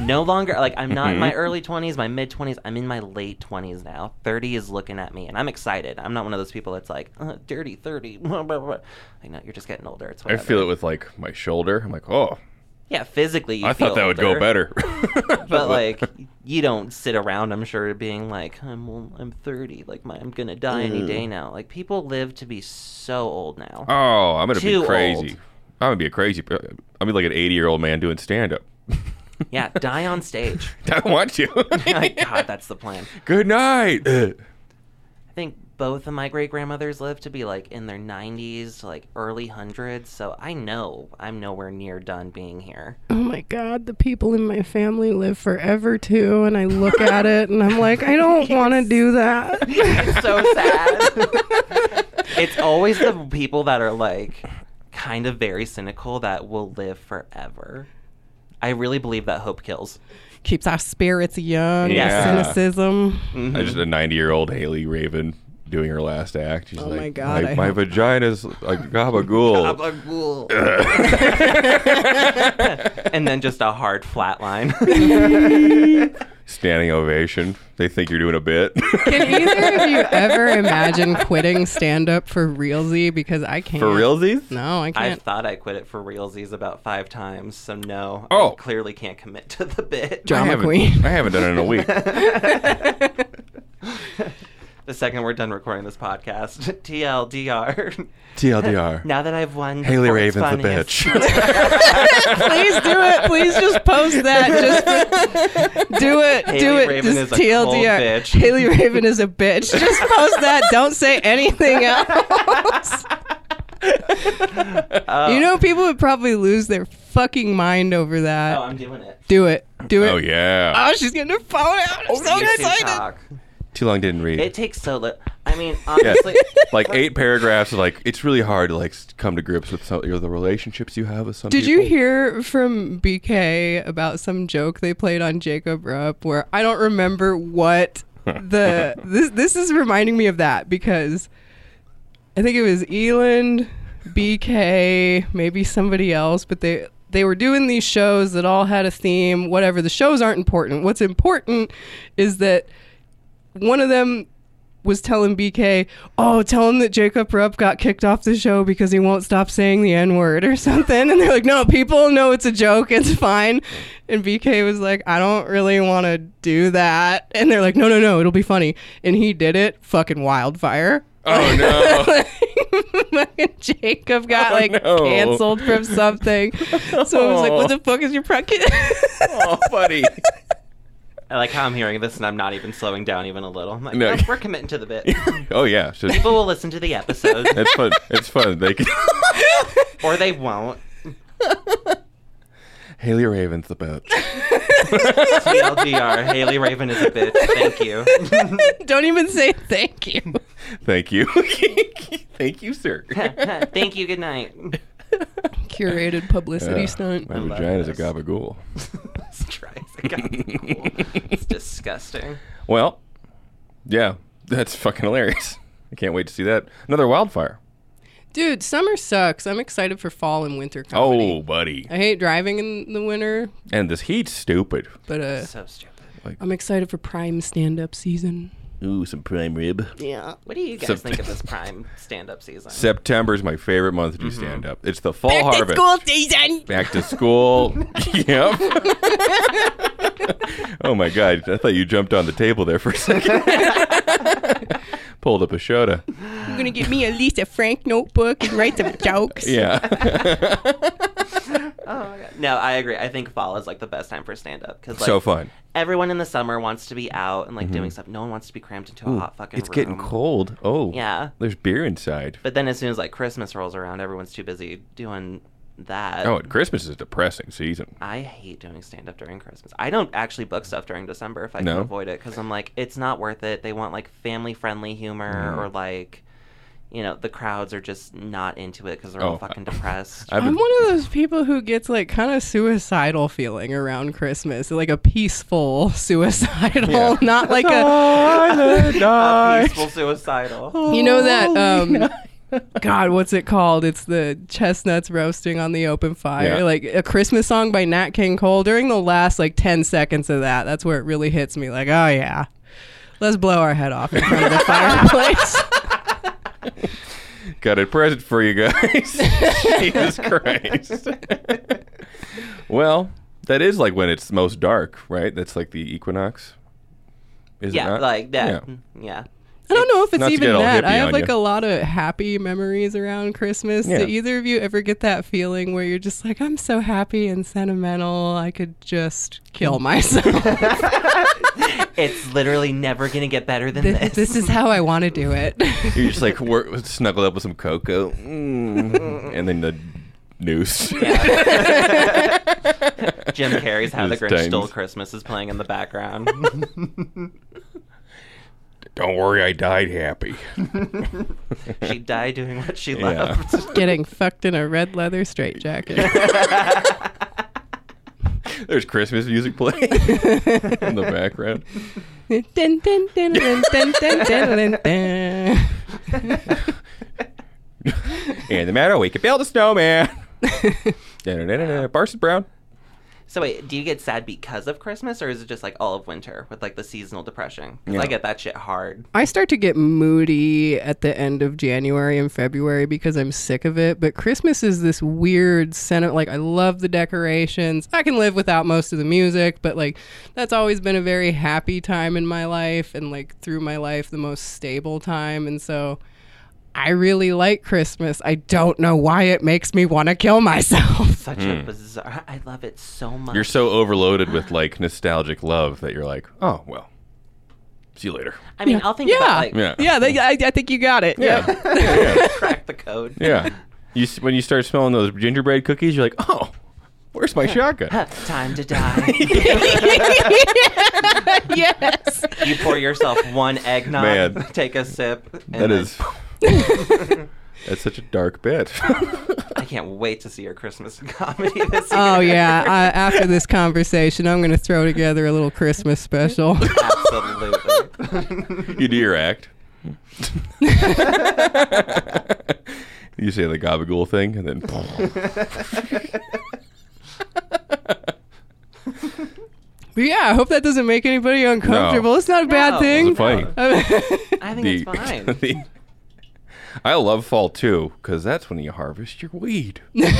S1: no longer like I'm not in my
S3: Mhm.
S1: early 20s, my mid 20s. I'm in my late 20s now. 30 is looking at me, and I'm excited. I'm not one of those people that's like uh, dirty 30. blah, blah, blah." Like no, you're just getting older. It's
S3: I
S1: whatever.
S3: feel it with like my shoulder. I'm like, oh,
S1: yeah, physically. You
S3: I thought
S1: feel
S3: that would
S1: older.
S3: go better.
S1: But like, you don't sit around. I'm sure being like, I'm well, I'm 30. Like my, I'm gonna die
S3: Mm.
S1: any day now. Like people live to be so old now.
S3: oh, I'm gonna
S1: Too
S3: be crazy.
S1: old.
S3: I'm gonna be a crazy. per- I'm gonna be like an 80 year old man doing stand up.
S1: Yeah, die on stage.
S3: I want to.
S1: Like, God, Mm-hmm. that's the plan.
S3: Good night.
S1: I think both of my great grandmothers lived to be like in their 90s to like early hundreds, so I know I'm nowhere near done being here.
S2: oh my god, the people in my family live forever too, and I look at it and I'm like, I don't want to do that.
S1: It's so sad. it's always the people that are like kind of very cynical that will live forever. I really believe that hope kills.
S2: Keeps our spirits young. our
S3: Yeah.
S2: Cynicism.
S3: I just a 90 year old Haley Raven doing her last act. She's oh like,
S2: my God,
S3: my,
S2: I
S3: my
S2: hope-
S3: vagina's a gabagool.
S1: and then just a hard flat line.
S3: standing ovation. They think you're doing a bit.
S2: Can either of you ever imagine quitting stand up for realsy? Because I can't.
S3: For realsies?
S2: No, I
S1: I
S2: can't.
S1: thought I quit it for realsies about five times, so no.
S3: Oh.
S1: I clearly can't commit to the bit.
S2: Dra-
S3: I
S2: Drama
S3: haven't-
S2: queen.
S3: I haven't done it in a week.
S1: the second we're done recording this podcast, TLDR.
S3: TLDR.
S1: Now that I've won,
S3: Haley
S1: Port's
S3: Raven's a
S1: funniest-
S3: bitch.
S2: Please do it. Please just post that. Just for- do it. do
S1: Haley
S2: it.
S1: Raven is
S2: just
S1: a cold
S2: TLDR.
S1: bitch.
S2: Haley Raven is a bitch. Just post that. Don't say anything else.
S1: Oh.
S2: you know, people would probably lose their fucking mind over that.
S1: Oh, I'm doing it.
S2: do it. Do it.
S3: oh yeah.
S2: Oh, she's getting her phone out. I'm so
S1: You
S2: excited.
S1: talk.
S3: Too long didn't read.
S1: It takes so little. I mean,
S3: yeah.
S1: honestly,
S3: like eight paragraphs. of, Like it's really hard to like s- come to grips with some the relationships you have with some.
S2: Did you
S3: people.
S2: hear from BK about some joke they played on Jacob Rupp where I don't remember what the this this is reminding me of that because I think it was Eland, BK, maybe somebody else, but they they were doing these shows that all had a theme, whatever. The shows aren't important. What's important is that one of them was telling BK, "Oh, tell him that Jacob Rupp got kicked off the show because he won't stop saying the N word or something." And they're like, "No, people know it's a joke. It's fine." And BK was like, "I don't really want to do that." And they're like, "No, no, no, it'll be funny." And he did it. Fucking wildfire.
S3: Oh no.
S2: Fucking Jacob got
S3: Oh,
S2: like
S3: no.
S2: canceled from something. So I was like, "What the fuck is your prank?"
S3: oh, buddy.
S1: I like how I'm hearing this, and I'm not even slowing down even a little. I'm like,
S3: No.
S1: no, we're committing to the bit.
S3: Oh yeah. It's, just,
S1: People will listen to the episode,
S3: it's fun. It's fun. They can,
S1: or they won't.
S3: Haley Raven's the bitch.
S1: TLDR, Haley Raven is a bitch. Thank you.
S2: Don't even say thank you.
S3: Thank you. Thank you, sir.
S1: Thank you. Good night.
S2: Curated publicity
S3: Yeah,
S2: stunt.
S3: My
S1: love
S3: vagina's a
S1: this.
S3: gabagool.
S1: Let's try it again. Cool. It's disgusting.
S3: Well, yeah, that's fucking hilarious. I can't wait to see that. Another wildfire.
S2: Dude, summer sucks. I'm excited for fall and winter comedy.
S3: Oh, buddy.
S2: I hate driving in the winter,
S3: And this heat's stupid.
S2: but uh,
S1: So stupid.
S2: I'm excited for prime stand up season.
S3: Ooh, some prime rib.
S2: Yeah.
S1: What do you guys
S3: Sep-
S1: think of this prime stand-up season?
S3: September's my favorite month to do stand up. It's the fall harvest.
S2: School season.
S3: Back to school. yep. oh my god! I thought you jumped on the table there for a second. Pulled up a soda.
S2: I'm gonna get me a Lisa Frank notebook and write some jokes.
S3: Yeah.
S1: Oh my God. No, I agree. I think fall is like the best time for stand-up because like
S3: so fun. Mm-hmm.
S1: everyone in the summer wants to be out and like doing stuff. No one wants to be crammed into a hot fucking.
S3: It's getting
S1: room.
S3: cold. Oh.
S1: Yeah.
S3: There's beer inside.
S1: But then as soon as like Christmas rolls around, everyone's too busy doing that.
S3: Oh, and Christmas is a depressing season.
S1: I hate doing stand up during Christmas. I don't actually book stuff during December if I
S3: No?
S1: can avoid it because I'm like, it's not worth it. They want like family friendly humor
S3: Mm.
S1: or like, you know, the crowds are just not into it because they're
S3: Oh,
S1: all fucking depressed.
S3: I've
S2: I'm
S3: been,
S2: one of those people who gets like kind of suicidal feeling around Christmas, like a peaceful suicidal,
S3: Yeah.
S2: not like a
S3: Silent
S1: A
S3: night.
S1: peaceful suicidal.
S2: you know that um God, what's it called? It's the chestnuts roasting on the open fire,
S3: Yeah.
S2: like a Christmas song by Nat King Cole. During the last like ten seconds of that, that's where it really hits me. Like, oh yeah, let's blow our head off in front of the fireplace.
S3: Got a present for you guys. Jesus Christ. well, that is like when it's most dark, right? That's like the equinox. Is it
S1: Yeah,
S3: not?
S1: like that. Mm,
S3: Yeah.
S1: Yeah. yeah.
S2: I don't know if it's
S3: Not to get
S2: even
S3: all
S2: that.
S3: hippie
S2: I have
S3: on
S2: like
S3: you.
S2: a lot of happy memories around Christmas.
S3: Yeah.
S2: Do either of you ever get that feeling where you're just like, I'm so happy and sentimental, I could just kill myself.
S1: It's literally never going to get better than
S2: this,
S1: this.
S2: this is how I want to do it.
S3: You're just like wor- snuggled up with some cocoa, mm. and then the noose.
S1: Jim Carrey's How the
S3: Just
S1: Grinch
S3: times.
S1: Stole Christmas is playing in the background.
S3: Don't worry, I died happy.
S1: she died doing what she
S3: Yeah.
S1: loved.
S2: Getting fucked in a red leather straitjacket.
S3: There's Christmas music playing in the background.
S2: Dun, dun, dun, dun, dun, dun, dun, dun, dun.
S3: And the matter, we can build a snowman. Da-da-da-da-da. Parson Brown.
S1: So wait, do you get sad because of Christmas, or is it just like all of winter with like the seasonal depression? 'Cause
S3: Yeah.
S1: I get that shit hard.
S2: I start to get moody at the end of January and February because I'm sick of it. But Christmas is this weird sentiment. Like, I love the decorations. I can live without most of the music, but like, that's always been a very happy time in my life and like through my life, the most stable time. And so I really like Christmas. I don't know why it makes me want to kill myself.
S1: Such a bizarre. I love it so much.
S3: Hmm. You're so overloaded with like nostalgic love that you're like, oh well, see you later.
S1: I mean, I'll think
S2: Yeah.
S1: about like
S3: Yeah,
S2: yeah, they, I, I think you got it. Yep.
S1: crack the code.
S3: yeah. You s- when you start smelling those gingerbread cookies, you're like, oh, where's my shotgun?
S1: Huh, Time to die.
S2: yes.
S1: you pour yourself one eggnog,
S3: Man.
S1: take a sip. And
S3: That
S1: then-
S3: is. That's such a dark bit.
S1: I can't wait to see your Christmas comedy this year.
S2: Oh yeah! I, after this conversation, I'm going to throw together a little Christmas special.
S1: Absolutely.
S3: you do your act. you say the gabagool thing, and then
S2: But yeah, I hope that doesn't make anybody uncomfortable. It's not a bad
S1: No.
S2: thing. Oh.
S3: It's funny.
S1: Oh. I think
S3: the,
S1: it's fine.
S3: the- I love fall too because that's when you harvest your weed. weed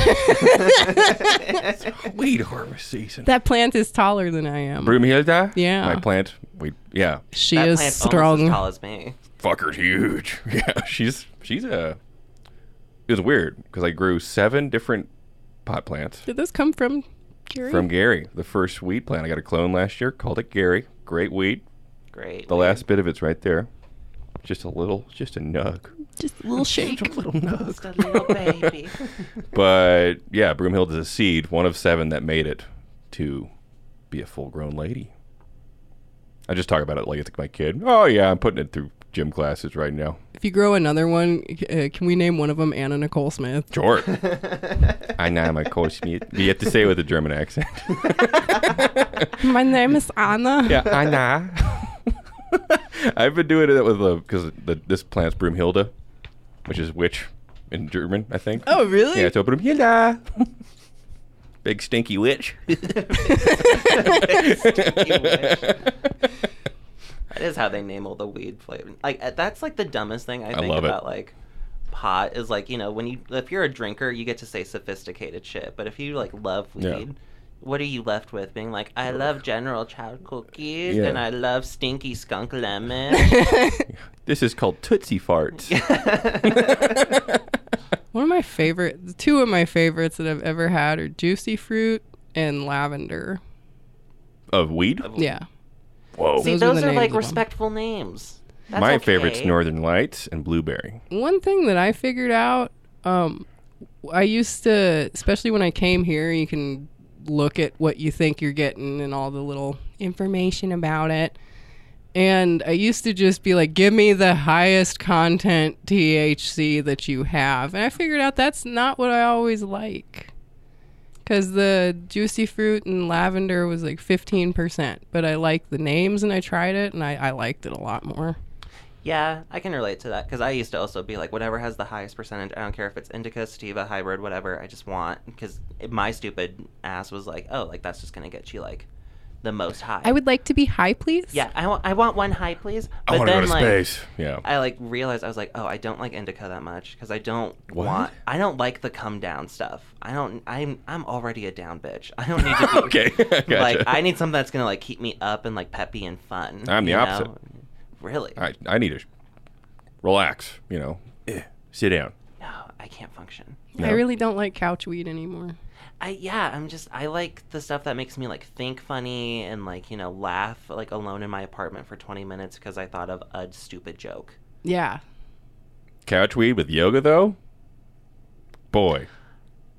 S3: harvest season.
S2: that plant is taller than I am.
S3: Brumhilda?
S2: Yeah.
S3: My plant. We yeah.
S2: she
S1: That
S2: is
S1: plant's almost as
S2: strong.
S1: tall as me.
S3: Fucker's huge. Yeah. She's she's a. It was weird because I grew seven different pot plants
S2: Did this come from Gary?
S3: from Gary. The first weed plant I got a clone last year. Called it Gary. Great weed.
S1: Great.
S3: The last bit of it's right there. Just a little. Just a nug.
S2: just a little shake.
S3: Just a little nug.
S1: Just a little baby.
S3: But yeah, Broomhild is a seed, one of seven that made it to be a full grown lady. I just talk about it like it's my kid. Oh, yeah, I'm putting it through gym classes right now.
S2: If you grow another one, uh, can we name one of them Anna Nicole Smith?
S3: Sure. I know my coach. You have to say it with a German accent.
S2: My name is Anna.
S3: yeah, I know. I've been doing it with the, because the, this plant's Broomhilda, which is witch in German, I think.
S2: Oh really?
S3: Yeah, it's open Hilda. Big stinky witch.
S1: That is how they name all the weed flavor. Like uh, that's like the dumbest thing I think
S3: love it.
S1: about like pot is like you know when you if you're a drinker you get to say sophisticated shit, but if you like love weed.
S3: Yeah.
S1: What are you left with? Being like, I love General Chow cookies,
S3: Yeah.
S1: and I love stinky skunk lemon.
S3: This is called Tootsie Farts.
S2: One of my favorite, two of my favorites that I've ever had are juicy fruit and lavender.
S3: Of weed?
S2: Yeah.
S3: Whoa.
S1: See,
S2: Those are
S1: those,
S2: the
S1: are,
S2: names of
S1: like
S2: 'em.
S1: respectful names. That's
S3: My
S1: okay.
S3: favorite's Northern Lights and Blueberry.
S2: one thing that I figured out, um, I used to, especially when I came here, you can look at what you think you're getting and all the little information about it. And I used to just be like, give me the highest content THC that you have. And I figured out that's not what I always like. Because the juicy fruit and lavender was like 15%. But I liked the names and I tried it and I, I liked it a lot more.
S1: Yeah, I can relate to that because I used to also be like, whatever has the highest percentage, I don't care if it's indica, sativa, hybrid, whatever, I just want. Because my stupid ass was like, oh, like that's just going to get you like the most high.
S2: I would like to be high, please.
S1: yeah, I want- I want one high, please.
S3: I
S1: But
S3: want to
S1: then,
S3: go to
S1: like,
S3: space. Yeah.
S1: I like realized I was like, oh, I don't like indica that much because I don't
S3: What?
S1: want, I don't like the come down stuff. I don't, I'm, I'm already a down bitch. I don't need to be
S3: okay. gotcha.
S1: Like I need something that's gonna like keep me up and like peppy and fun.
S3: I'm the
S1: you know?
S3: opposite.
S1: Really?
S3: I, I need to sh- relax, you know. Eh, Sit down.
S1: No, I can't function.
S2: I
S3: No.
S2: really don't like couch weed anymore.
S1: I yeah, I'm just I like the stuff that makes me like think funny and like you know laugh like alone in my apartment for 20 minutes because I thought of a stupid joke.
S2: Yeah.
S3: Couch weed with yoga, though? Boy.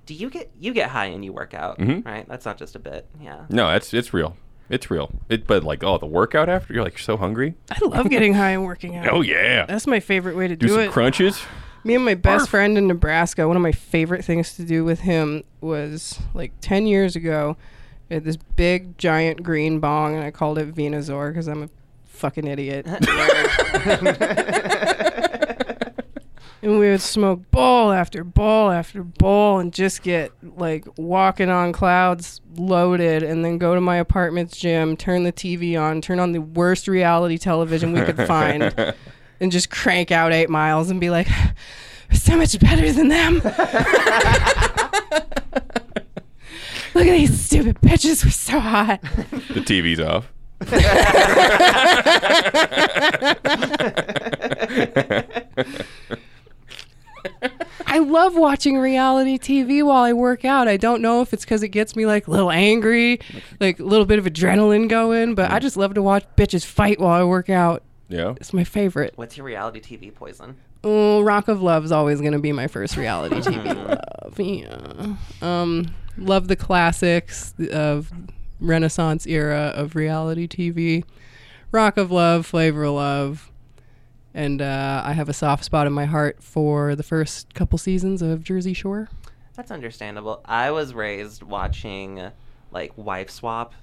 S1: Do you get you get high and you work out,
S3: Mhm.
S1: right? That's not just a bit. Yeah.
S3: No, it's, it's real. It's real. It, but, like, oh, the workout after? You're, like, so hungry?
S2: I love getting high and working out.
S3: Oh, yeah.
S2: That's my favorite way to do,
S3: Do some
S2: it.
S3: crunches?
S2: Me and my best
S3: Barf.
S2: friend in Nebraska, one of my favorite things to do with him was like 10 years ago, we had this big giant green bong, and I called it Venusaur because I'm a fucking idiot. and we would smoke bowl after bowl after bowl and just get like walking on clouds loaded and then go to my apartment's gym turn the tv on turn on the worst reality television we could find and just crank out eight miles and be like we're so much better than them look at these stupid bitches we're so hot
S3: The TV's off.
S2: I love watching reality TV while I work out. I don't know if it's because it gets me like a little angry, like a little bit of adrenaline going, but I just love to watch bitches fight while I work out.
S3: Yeah.
S2: It's my favorite.
S1: What's your reality TV poison?
S2: Oh, Rock of Love's always going to be my first reality TV love. Yeah. Um, love the classics of Renaissance era of reality TV. Rock of Love, Flavor of Love. And uh, I have a soft spot in my heart for the first couple seasons of Jersey Shore.
S1: That's understandable. I was raised watching like Wife Swap.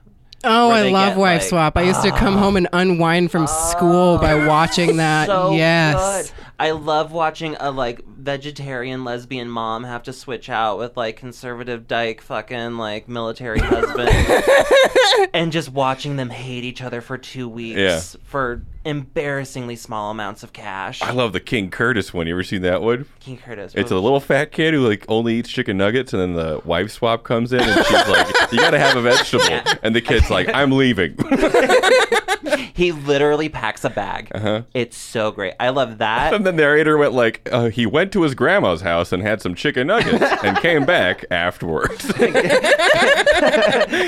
S2: Oh,
S1: where
S2: I
S1: they
S2: love
S1: get,
S2: Wife
S1: like, Oh,
S2: Swap. I used to come home and unwind from school by watching that.
S1: So
S2: Uh, yes.
S1: good. I love watching a like vegetarian lesbian mom have to switch out with like conservative dyke fucking like military husband and just watching them hate each other for 2 weeks
S3: Yeah.
S1: for embarrassingly small amounts of cash.
S3: I love the King Curtis one. You ever seen that one?
S1: King Curtis.
S3: It's a little fat kid who like only eats chicken nuggets, and then the wife swap comes in, and she's like, "You gotta have a vegetable," and the kid's like, "I'm leaving."
S1: He literally packs a bag.
S3: Uh-huh.
S1: It's so great. I love that.
S3: and the narrator went like, uh, "He went to his grandma's house and had some chicken nuggets, and came back afterwards."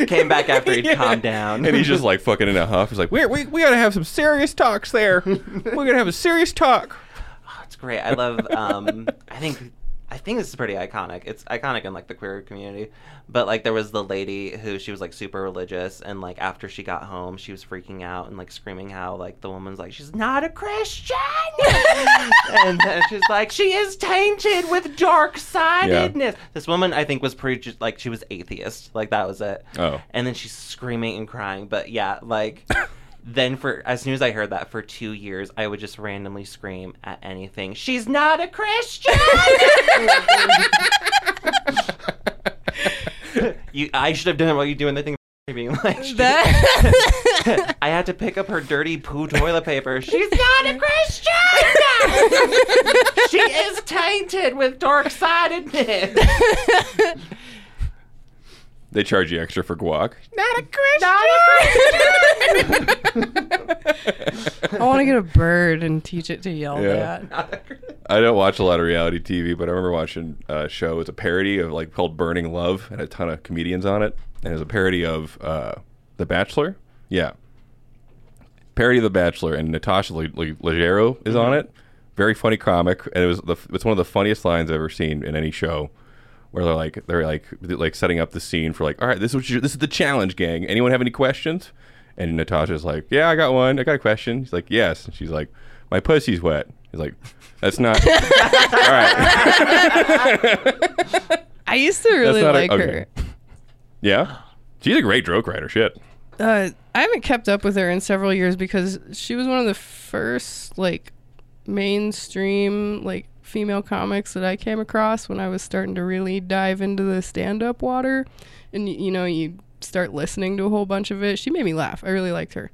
S1: Came back after he'd calmed down.
S3: and he's just like fucking in a huff. He's like, "We we we gotta have some serious talks there. We're gonna have a serious talk."
S1: It's great. I love. Um, I think. I think this is pretty iconic. It's iconic in like the queer community, but like there was the lady who she was like super religious, and like after she got home, she was freaking out and like screaming how like the woman's like she's not a Christian, and then she's like she is tainted with dark sidedness. This woman I think was pretty like she was atheist, like that was it.
S3: Oh.
S1: and then she's screaming and crying, but yeah, like. then for as soon as I heard that for two years, I would just randomly scream at anything. She's not a Christian. you, I should have done what you do, and the thing being like, she-
S2: That-
S1: I had to pick up her dirty poo toilet paper. She's not a Christian. she is tainted with dark sidedness.
S3: They charge you extra for guac.
S2: Not a Christian. I want to get a bird and teach it to yell
S3: Yeah.
S2: that.
S1: Not a Christian.
S3: I don't watch a lot of reality TV, but I remember watching a show. It's a parody of like called Burning Love, and a ton of comedians on it. And it was a parody of uh, The Bachelor. Yeah, parody of The Bachelor, and Natasha Le- Le- Leggero is on it. Very funny comic, and it was the, it's one of the funniest lines I've ever seen in any show. Where they're like they're like they're like setting up the scene for like all right this is what you, this is the challenge gang anyone have any questions and Natasha's like yeah I got one I got a question he's like yes and she's like my pussy's wet he's like that's not all right
S2: I used to
S3: that's
S2: really
S3: not
S2: like
S3: a,
S2: her.
S3: okay. yeah she's a great joke writer shit
S2: uh, I haven't kept up with her in several years because she was one of the first like mainstream like female comics that I came across when I was starting to really dive into the stand up water, and y- you know you start listening to a whole bunch of it. She made me laugh. I really liked her.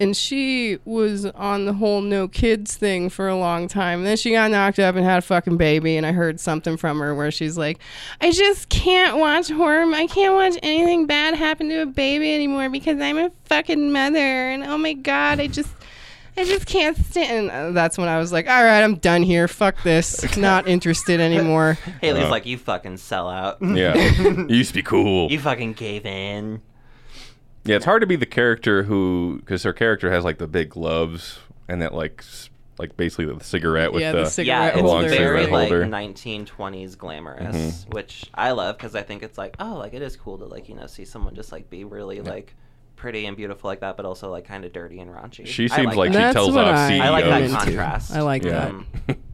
S2: And she was on the whole no kids thing for a long time. Then she got knocked up and had a fucking baby. And I heard something from her where she's like, I just can't watch horror. I can't watch anything bad happen to a baby anymore because I'm a fucking mother. And oh my God, I just. I just can't stand. And uh, that's when I was like, "All right, I'm done here. Fuck this. Not interested anymore."
S1: Haley's like, you fucking sell out.
S3: Uh, yeah you used to be cool
S1: You fucking gave in.
S3: Yeah, it's hard to be the character who because her character has like the big gloves and that like s- like basically the cigarette with
S2: yeah,
S3: the,
S2: the cigarette
S1: Yeah, it's
S3: Long
S2: holder.
S1: very
S3: cigarette
S1: like
S3: holder. Mm-hmm.
S1: 1920s glamorous, which I love because I think it's like, oh, like it is cool to like you know see someone just like be really like pretty and beautiful like that, but also like kind of dirty and raunchy.
S3: She
S1: I
S3: seems like, she
S2: that.
S3: tells
S2: That's what
S3: off
S2: I-
S3: CEOs.
S1: I like
S2: I'm
S1: that
S2: into.
S1: contrast. Um,
S2: I like
S3: Yeah.
S2: that.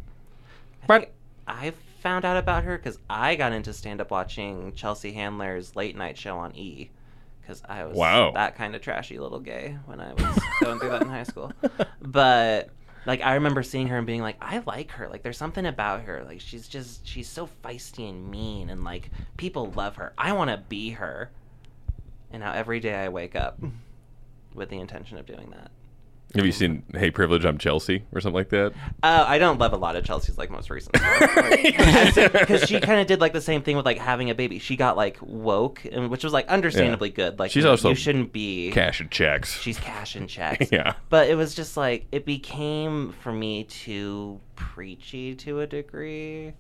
S1: but I found out about her because I got into stand up watching Chelsea Handler's late night show on E. Because I was
S3: Wow.
S1: that kind of trashy little gay when I was going through that in high school. But Like I remember seeing her and being like, I like her. Like there's something about her. Like she's just she's so feisty and mean and like people love her. I want to be her. And now every day I wake up with the intention of doing that.
S3: Have you seen Hey Privilege, I'm Chelsea or something like that?
S1: Uh, I don't love a lot of Chelsea's like most recent because she kind of did like the same thing with like having a baby. She got like woke, and which was like understandably good. Like
S3: She's
S1: you-
S3: also
S1: you shouldn't be
S3: Cash and checks.
S1: she's cashing checks.
S3: Yeah.
S1: But it was just like it became for me too preachy to a degree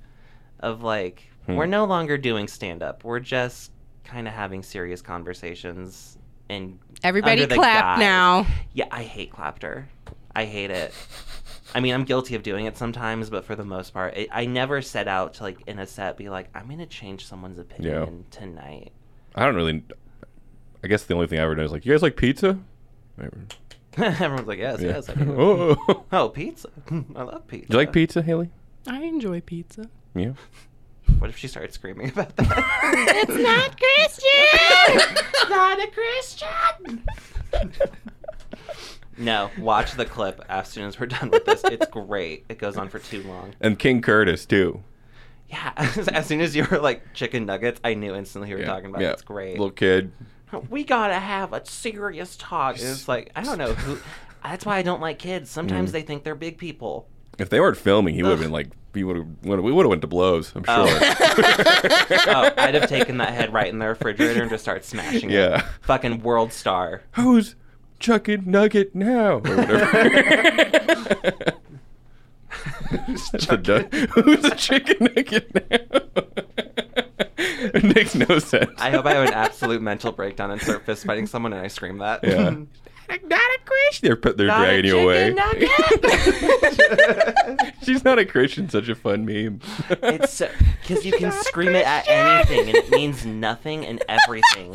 S1: of like
S3: Hmm.
S1: we're no longer doing stand up. We're just kind of having serious conversations and
S4: Everybody
S1: under the
S4: clap
S1: guise-
S4: now.
S1: Yeah, I hate clapter. I hate it. I mean, I'm guilty of doing it sometimes, but for the most part, it, I never set out to like in a set be like, I'm gonna change someone's opinion tonight.
S3: I don't really. I guess the only thing I ever know is like, you guys like pizza? I never-
S1: Everyone's like, yes,
S3: yeah.
S1: yes. I do.
S3: oh, do
S1: Oh, pizza. I love pizza.
S3: you like pizza, Haley?
S2: I enjoy pizza.
S3: Yeah.
S1: What if she started screaming about that?
S4: It's not Christian.
S1: not a Christian. no, watch the clip as soon as we're done with this. It's great. It goes on for too long.
S3: And King Curtis too.
S1: Yeah, as soon as you were like chicken nuggets, I knew instantly you were
S3: Yeah.
S1: talking about. it.
S3: Yeah.
S1: It's great.
S3: Little kid.
S1: we gotta have a serious talk. And it's like I don't know who. That's why I don't like kids.
S3: Mm.
S1: Sometimes they think they're big people.
S3: If they weren't filming, he would have been like, he would have, we would have went to blows. I'm
S1: Oh.
S3: sure.
S1: Oh, I'd have taken that head right in the refrigerator and just started smashing it.
S3: yeah.
S1: Fucking world star.
S3: Who's chucking nugget now? Or whatever. That's a duck. Who's a chicken nugget now? it makes no sense.
S1: I hope I have an absolute mental breakdown and start fist fighting someone and I scream that.
S3: Yeah. not a Christian. They're, put- they're
S1: Not a
S3: dragging you
S1: chicken
S3: away.
S1: nugget.
S3: She's not a Christian. Such a fun meme.
S1: It's because you can
S4: Not a
S1: scream it at
S4: Christian.
S1: anything and it means nothing and everything.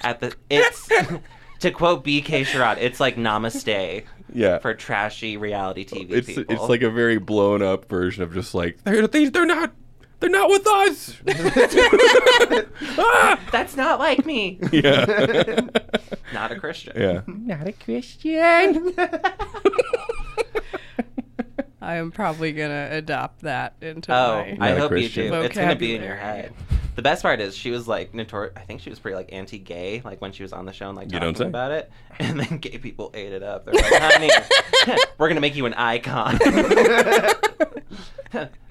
S1: At the it's to quote BK Sherrod, it's like namaste
S3: yeah.
S1: for trashy reality TV
S3: it's
S1: people.
S3: it's like a very blown up version of just like they're these they're not they're not with us. Ah!
S1: that's not like me.
S3: Yeah.
S1: Not a Christian.
S3: yeah.
S4: not a Christian.
S2: I am probably gonna adopt that into
S1: Oh,
S2: my.
S1: I
S3: Not a
S1: hope
S3: Christian.
S1: you do. It's gonna be in your
S2: Vocabulary.
S1: head. The best part is she was like notorious. I think she was pretty like anti-gay, like when she was on the show and like
S3: You
S1: talking
S3: don't say.
S1: about it. And then gay people ate it up. They're like, "Honey, we're gonna make you an icon."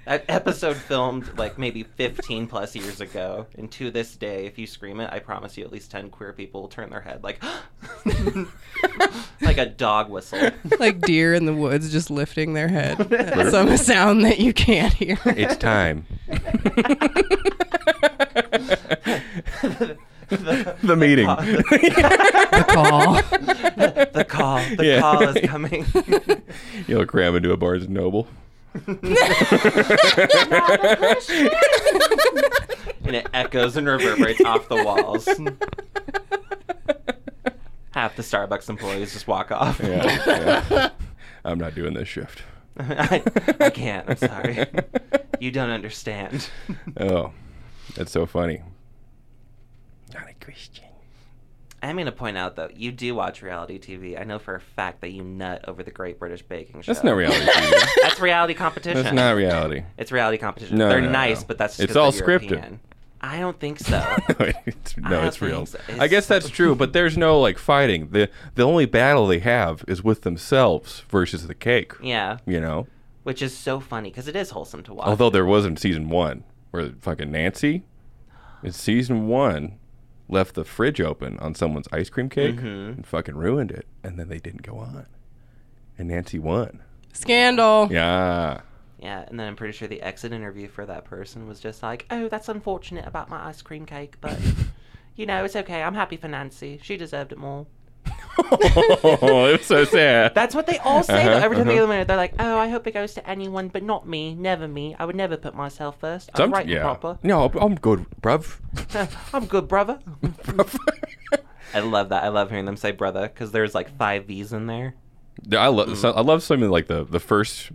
S1: That episode filmed like maybe 15 plus years ago, and to this day, if you scream it, I promise you at least 10 queer people will turn their head like, like a dog whistle.
S2: like deer in the woods, just lifting their head. That's some sound that you can't hear.
S3: It's time.
S1: the,
S3: the meeting.
S2: The call.
S1: the, the call. The
S3: Yeah.
S1: call is coming.
S3: You'll cram into a Barnes and Noble.
S1: and it echoes and reverberates off the walls. Half the Starbucks employees just walk off.
S3: Yeah, yeah. I'm not doing this shift.
S1: I, I can't. I'm sorry. You don't understand.
S3: Oh, that's so funny. Not a Christian.
S1: I'm going to point out, though, you do watch reality TV. I know for a fact that you nut over the Great British Baking Show.
S3: That's not reality. TV.
S1: That's reality competition.
S3: That's not reality.
S1: It's reality competition.
S3: No,
S1: They're
S3: no,
S1: nice,
S3: no.
S1: but that's just
S3: It's
S1: 'cause
S3: all
S1: they're
S3: scripted.
S1: European. I don't think so.
S3: no, it's, no,
S1: don't
S3: it's real.
S1: think so.
S3: I
S1: It's-
S3: guess that's true, but there's no like fighting. the The only battle they have is with themselves versus the cake.
S1: yeah,
S3: You know,
S1: which is so funny because it is wholesome to watch.
S3: although there was in season one where fucking Nancy in season one left the fridge open on someone's ice cream cake
S1: Mm-hmm.
S3: and fucking ruined it, and then they didn't go on, and Nancy won.
S2: Scandal.
S3: Yeah,
S1: Yeah, and then I'm pretty sure the exit interview for that person was just like, "Oh, that's unfortunate about my ice cream cake, but you know, it's okay. I'm happy for Nancy. She deserved it more."
S3: oh, it was so sad.
S1: That's what they all say though.
S3: Uh-huh,
S1: Every time they
S3: uh-huh.
S1: go in there, they're like, "Oh, I hope it goes to anyone, but not me. Never me. I would never put myself first. I'm
S3: Some-
S1: right
S3: yeah.
S1: and proper.
S3: No, I'm good, bruv.
S1: I'm good, brother." I love that. I love hearing them say "brother" because there's like five V's in there.
S3: Yeah, I
S1: Mm-hmm.
S3: love so, I love something like the the first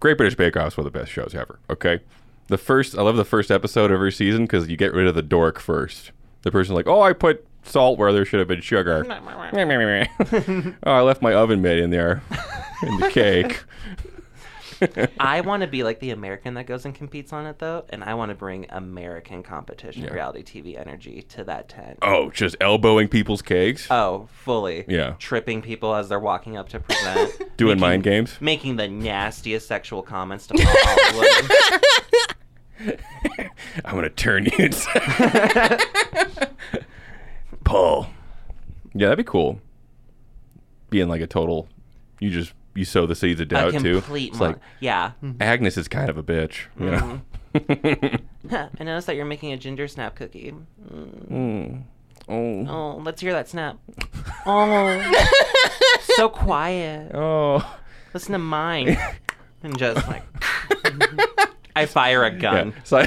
S3: Great British Bake Off is one of the best shows ever. Okay, the first I love the first episode of every season because you get rid of the dork first. The person like, oh, I put salt where there should have been sugar. oh, I left my oven mitt in there. in the cake.
S1: I want to be like the American that goes and competes on it though, and I want to bring American competition
S3: Yeah.
S1: reality TV energy to that tent.
S3: Oh, just elbowing people's cakes,
S1: Oh, fully.
S3: Yeah.
S1: Tripping people as they're walking up to present.
S3: doing mind games.
S1: Making the nastiest sexual comments to Paul
S3: I'm gonna turn you inside. Paul. Yeah, that'd be cool. Being like a total, you just you sow the seeds of
S1: Hollywood. A
S3: doubt too.
S1: complete
S3: It's
S1: mon-
S3: like
S1: Yeah.
S3: Agnes is kind of a bitch. You know?
S1: Huh, I noticed that you're making a ginger snap cookie. Mm.
S3: Oh.
S1: Oh, let's hear that snap. Oh. so quiet.
S3: Oh.
S1: Listen to mine. And just like I fire a
S3: Yeah.
S1: gun
S3: Psy-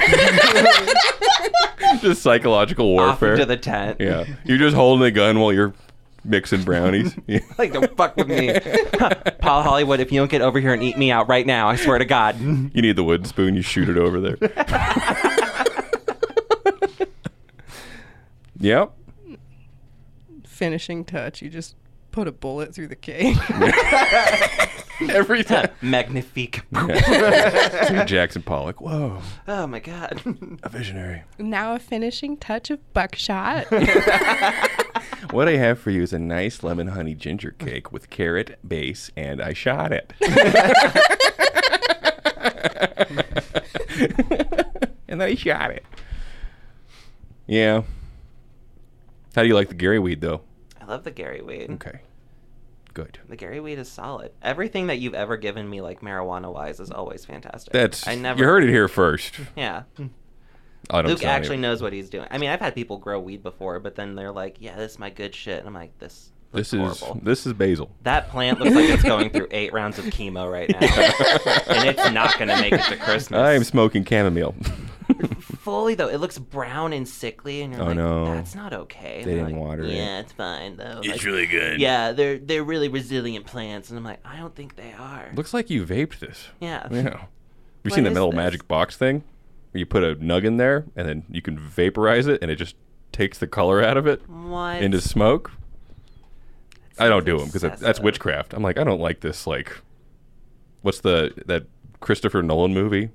S3: just psychological
S1: off
S3: warfare.
S1: into the tent.
S3: yeah. You're just holding a gun while you're mixing brownies. Yeah.
S1: Like don't fuck with me. Paul Hollywood, if you don't get over here and eat me out right now, I swear to God.
S3: You need the wooden spoon. You shoot it over there. yep.
S2: Finishing touch. You just put a bullet through the cake.
S3: Every time.
S1: Magnifique.
S3: Jackson Pollock. Whoa,
S1: Oh my God.
S3: a visionary.
S2: now a finishing touch of buckshot.
S3: What I have for you is a nice lemon honey ginger cake with carrot base, and I shot it. and I shot it. Yeah. How do you like the Gary weed, though?
S1: I love the Gary weed.
S3: Okay. Good.
S1: The Gary weed is solid. Everything that you've ever given me, like marijuana wise, is always fantastic.
S3: That's
S1: I never.
S3: you heard it here first.
S1: Yeah.
S3: I don't
S1: Luke
S3: sign it.
S1: actually knows what he's doing. I mean, I've had people grow weed before, but then they're like, "Yeah, this is my good shit," and I'm like, "This looks
S3: This is
S1: horrible."
S3: this is basil.
S1: That plant looks like it's going through eight rounds of chemo right now, and it's not going to make it to Christmas.
S3: I am smoking chamomile.
S1: fully though. It looks brown and sickly, and you're
S3: Oh,
S1: like,
S3: no.
S1: "That's not okay." And
S3: They
S1: they're
S3: didn't
S1: like,
S3: water it.
S1: Yeah, it's fine though. Like,
S3: really good.
S1: yeah, they're they're really resilient plants, and I'm like, I don't think they are.
S3: Looks like you vaped this.
S1: yeah.
S3: Yeah. Have you seen the
S1: is
S3: metal
S1: this?
S3: magic box thing? Where you put a nug in there and then you can vaporize it and it just takes the color out of it
S1: What?
S3: into smoke? I don't do them because that's
S1: excessive.
S3: witchcraft. I'm like, I don't like this. Like, what's the that Christopher Nolan movie?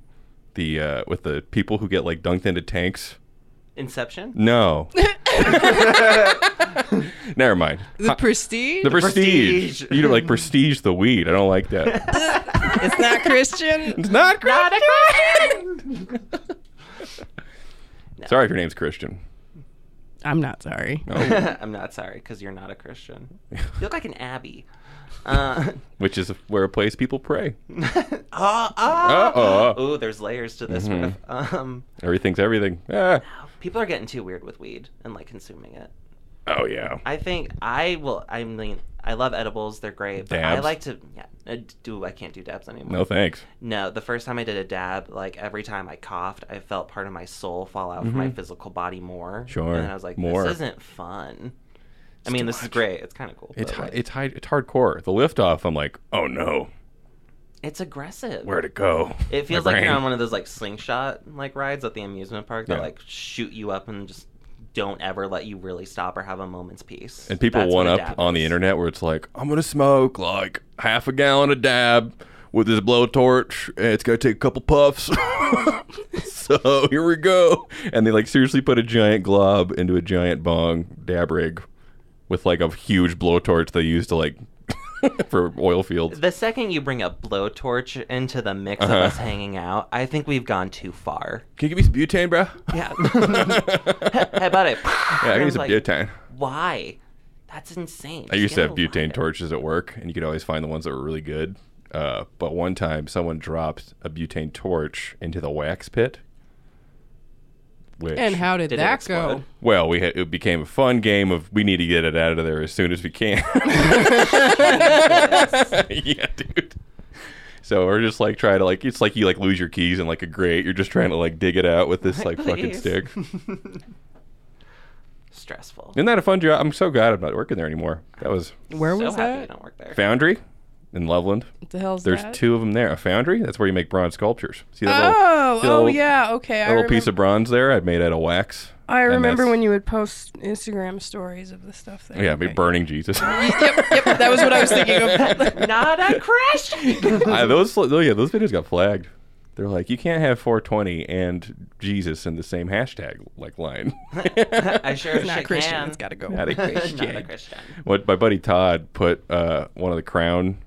S3: The uh, with the people who get like dunked into tanks.
S1: Inception?
S3: No. Never mind.
S2: the prestige?
S3: The prestige.
S1: Prestige.
S3: You like prestige the weed. I don't like that.
S2: it's not Christian.
S3: it's not Christian. Sorry if your name's Christian.
S2: I'm not sorry.
S1: I'm not sorry because you're not a Christian. You look like an abbey. Uh,
S3: Which is where a place people pray.
S1: oh,
S3: Uh-oh. Mm-hmm.
S1: Ooh, there's layers to this riff. Um,
S3: Everything's everything. Ah.
S1: people are getting too weird with weed and like consuming it.
S3: Oh yeah.
S1: I think I will. I mean, I love edibles; they're great. But I
S3: Dabs?
S1: like to. Yeah, uh, do I can't do dabs anymore.
S3: No thanks.
S1: No, the first time I did a dab, like every time I coughed, I felt part of my soul fall out from my physical body more.
S3: Mm-hmm. Sure,
S1: And I was like,
S3: more.
S1: this isn't fun. I mean, this is great. It's kind of cool.
S3: It's
S1: but,
S3: hi-
S1: like,
S3: it's high, it's hardcore. The lift off. I'm like, oh no,
S1: it's aggressive.
S3: where'd it go?
S1: It feels
S3: My
S1: like you're
S3: brain.
S1: on one of those like slingshot like rides at the amusement park that
S3: Yeah.
S1: like shoot you up and just don't ever let you really stop or have a moment's peace.
S3: And people
S1: That's
S3: one
S1: what a
S3: up
S1: dab
S3: on the
S1: is.
S3: internet where it's like, I'm gonna smoke like half a gallon of dab with this blowtorch, and it's gonna take a couple puffs. so here we go. And they like seriously put a giant glob into a giant bong dab rig with like a huge blowtorch they use to like for oil fields.
S1: The second you bring a blowtorch into the mix
S3: Uh-huh.
S1: of us hanging out, I think we've gone too far.
S3: Can you give me some butane, bro?
S1: Yeah. How about it?
S3: Yeah, I
S1: And
S3: can
S1: I'm
S3: use some
S1: like,
S3: butane.
S1: Why? That's insane.
S3: I used to have butane torches at work, and you could always find the ones that were really good. Uh, but one time, someone dropped a butane torch into the wax pit. Which,
S2: And how did,
S1: Did it
S2: that
S1: explode?
S2: go?
S3: well, we had, it became a fun game of we need to get it out of there as soon as we can. yeah, dude. So we're just like trying to like it's like you like lose your keys in like a grate. You're just trying to like dig it out with this like fucking
S1: Please.
S3: stick.
S1: Stressful.
S3: Isn't that a fun job? I'm so glad I'm not working there anymore. That was
S2: Where
S1: so
S2: was
S1: happy you
S2: that?
S1: don't work there.
S3: Foundry in Loveland.
S2: What the hell's
S3: There's
S2: that?
S3: two of them there. A foundry. That's where you make bronze sculptures. See that little,
S2: Oh,
S3: see that
S2: oh
S3: little-
S2: yeah. Okay.
S3: that
S2: I
S3: little piece
S2: remember-
S3: of bronze there I made out of wax.
S2: I
S3: And
S2: remember
S3: that's-
S2: when you would post Instagram stories of the stuff that.
S3: Oh, Yeah, me burning Jesus.
S2: yep, yep. That was what I was thinking of.
S1: Not a Christian.
S3: I, those, oh yeah, those videos got flagged. They're like, you can't have 420 and Jesus in the same hashtag like line.
S1: I sure as
S2: Not
S1: shit
S2: Christian.
S1: can.
S2: It's got to go.
S3: Not a Christian.
S1: Not a Christian.
S3: What my buddy Todd put uh, one of the crown,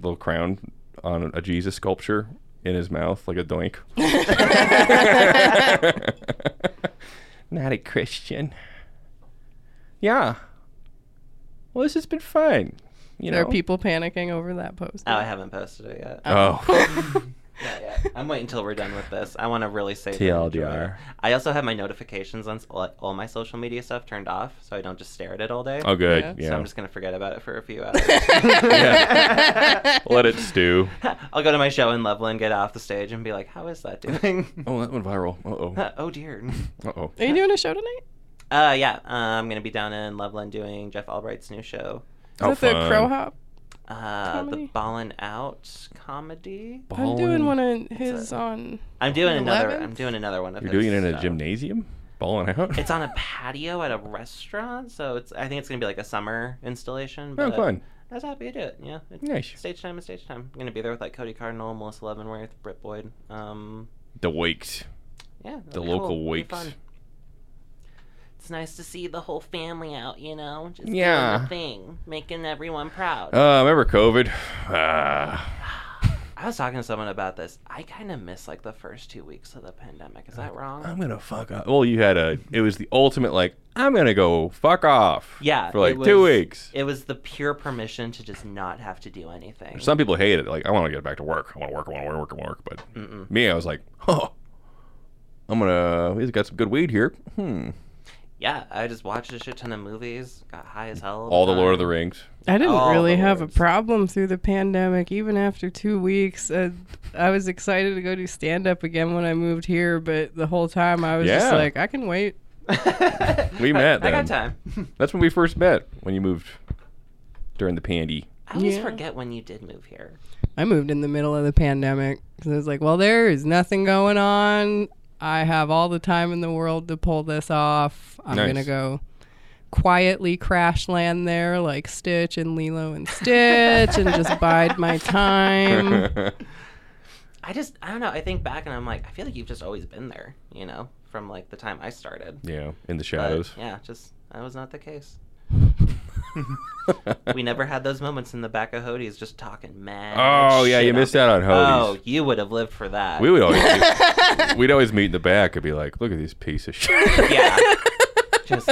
S3: little crown, on a Jesus sculpture in his mouth like a doink. Not a Christian. Yeah. Well, this has been fun. You
S2: There
S3: know.
S2: are people panicking over that post.
S1: Oh, I haven't posted it yet.
S2: uh,
S3: oh.
S1: Not yet. I'm waiting until we're done with this. I want to really say
S3: TLDR.
S1: I also have my notifications on s- all- all my social media stuff turned off, so I don't just stare at it all day.
S3: Oh, good.
S2: Yeah.
S3: Yeah.
S2: So
S1: So I'm just gonna forget about it for a few hours.
S3: Yeah. Let it stew.
S1: I'll go to my show in Loveland, get off the stage, and be like, "How is that doing?"
S3: Oh, that went viral. Uh
S1: oh dear.
S3: oh. Uh oh.
S2: Are you doing a show tonight?
S1: Uh, yeah, uh, I'm gonna be down in Loveland doing Jeff Albright's new show,
S2: Is
S3: Oh,
S2: that the Crow Hop?
S1: uh, the
S2: Comedy?
S1: Ballin' Out comedy.
S2: I'm doing one of his on.
S1: I'm doing another.
S2: 11th?
S1: I'm doing another one of.
S3: You're
S1: his
S3: doing it in a
S1: stuff.
S3: gymnasium? Balling out?
S1: It's on a patio at a restaurant, so it's. I think it's gonna be like a summer installation.
S3: oh,
S2: uh,
S1: But
S3: fun.
S1: I was happy to do it. Yeah. It's
S3: Nice.
S1: Stage time is stage time. I'm gonna be there with like Cody Cardinal, Melissa Leavenworth, Britt Boyd. Um,
S3: The wakes.
S1: yeah.
S3: The
S1: it'll be
S3: local
S1: cool. It'll be
S3: wakes.
S1: fun. It's nice to see the whole family out, you know, just doing
S3: Yeah.
S1: the thing, making everyone proud.
S3: Uh, remember COVID? Ah.
S1: I was talking to someone about this. I kind of miss like the first two weeks of the pandemic. Is that wrong?
S3: I'm gonna fuck off. Well, you had a. It was the ultimate like I'm gonna go fuck off.
S1: Yeah,
S3: For like
S1: it
S3: two
S1: was-
S3: weeks.
S1: It was the pure permission to just not have to do anything.
S3: Some people hate it. Like I want to get back to work. I want to work. I want to work. I want to work. But me, I was like, huh. I'm gonna. He's got some good weed here. Hmm.
S1: yeah, I just watched a shit ton of movies, got high as hell.
S3: All the Lord of
S1: time.
S3: the Rings.
S2: I didn't
S1: All
S2: really
S1: the
S2: have a
S1: words.
S2: problem through the pandemic, even after two weeks. Uh, I was excited to go do stand up again when I moved here, but the whole time I was just
S3: Yeah.
S2: like, I can wait.
S3: We met
S1: um, I
S3: then.
S1: got time.
S3: That's when we first met. When you moved during the pandy.
S1: I always
S2: Yeah.
S1: forget when you did move here.
S2: I moved in the middle of the pandemic because I was like, well, there is nothing going on. I have all the time in the world to pull this off. I'm
S3: Nice.
S2: going to go quietly crash land there like Stitch and Lilo and Stitch and just bide my time.
S1: Mm-hmm. I just, I don't know. I think back and I'm like, I feel like you've just always been there, you know, from like the time I started.
S3: yeah. In the
S1: But,
S3: shadows.
S1: yeah, just that was not the case. We never had those moments in the back of Hodie's just talking mad.
S3: oh yeah,
S1: shit
S3: you
S1: on
S3: missed out on
S1: Oh,
S3: Hodes.
S1: you would have lived for that.
S3: We would always. we'd always meet in the back and be like, look at these piece of shit.
S1: yeah. Just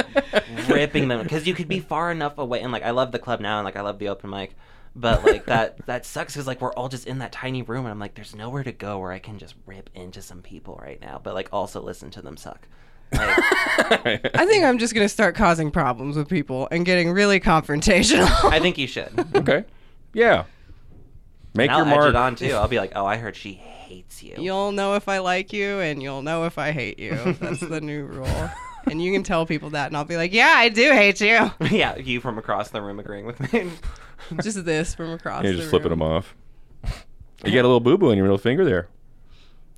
S1: ripping them because you could be far enough away, and like I love the club now, and like I love the open mic, but like that that sucks because like we're all just in that tiny room, and I'm like, there's nowhere to go where I can just rip into some people right now, but like also listen to them suck. Like,
S2: I think I'm just going to start causing problems with people and getting really confrontational.
S1: I think you should. And
S3: Okay. Yeah. Make
S1: I'll
S3: your
S1: edge
S3: mark.
S1: it on too. I'll be like, oh, I heard she hates you.
S2: You'll know if I like you and you'll know if I hate you. That's the new rule. And you can tell people that, and I'll be like, yeah, I do hate you.
S1: yeah, you from across the room agreeing with me.
S2: Just this from across
S3: You're
S2: the
S3: just flipping
S2: room.
S3: them off. You got a little boo boo in your middle finger there.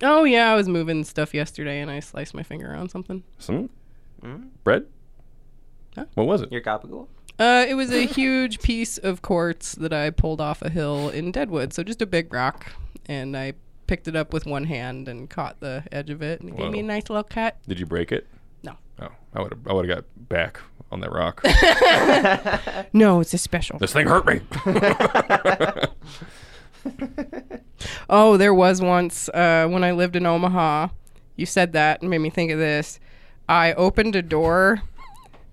S2: Oh yeah, I was moving stuff yesterday and I sliced my finger on something.
S3: Some
S2: Mm-hmm.
S1: Mm?
S3: bread?
S2: Huh?
S3: What was it?
S1: Your gabagool.
S2: Uh, it was a huge piece of quartz that I pulled off a hill in Deadwood, so just a big rock, and I picked it up with one hand and caught the edge of it, and it
S3: Whoa.
S2: gave me a nice little cut.
S3: Did you break it?
S2: No.
S3: Oh, I would have. I would have got back on that rock.
S2: No, it's a special.
S3: this thing hurt me.
S2: Oh, there was once uh, when I lived in Omaha. You said that and made me think of this. I opened a door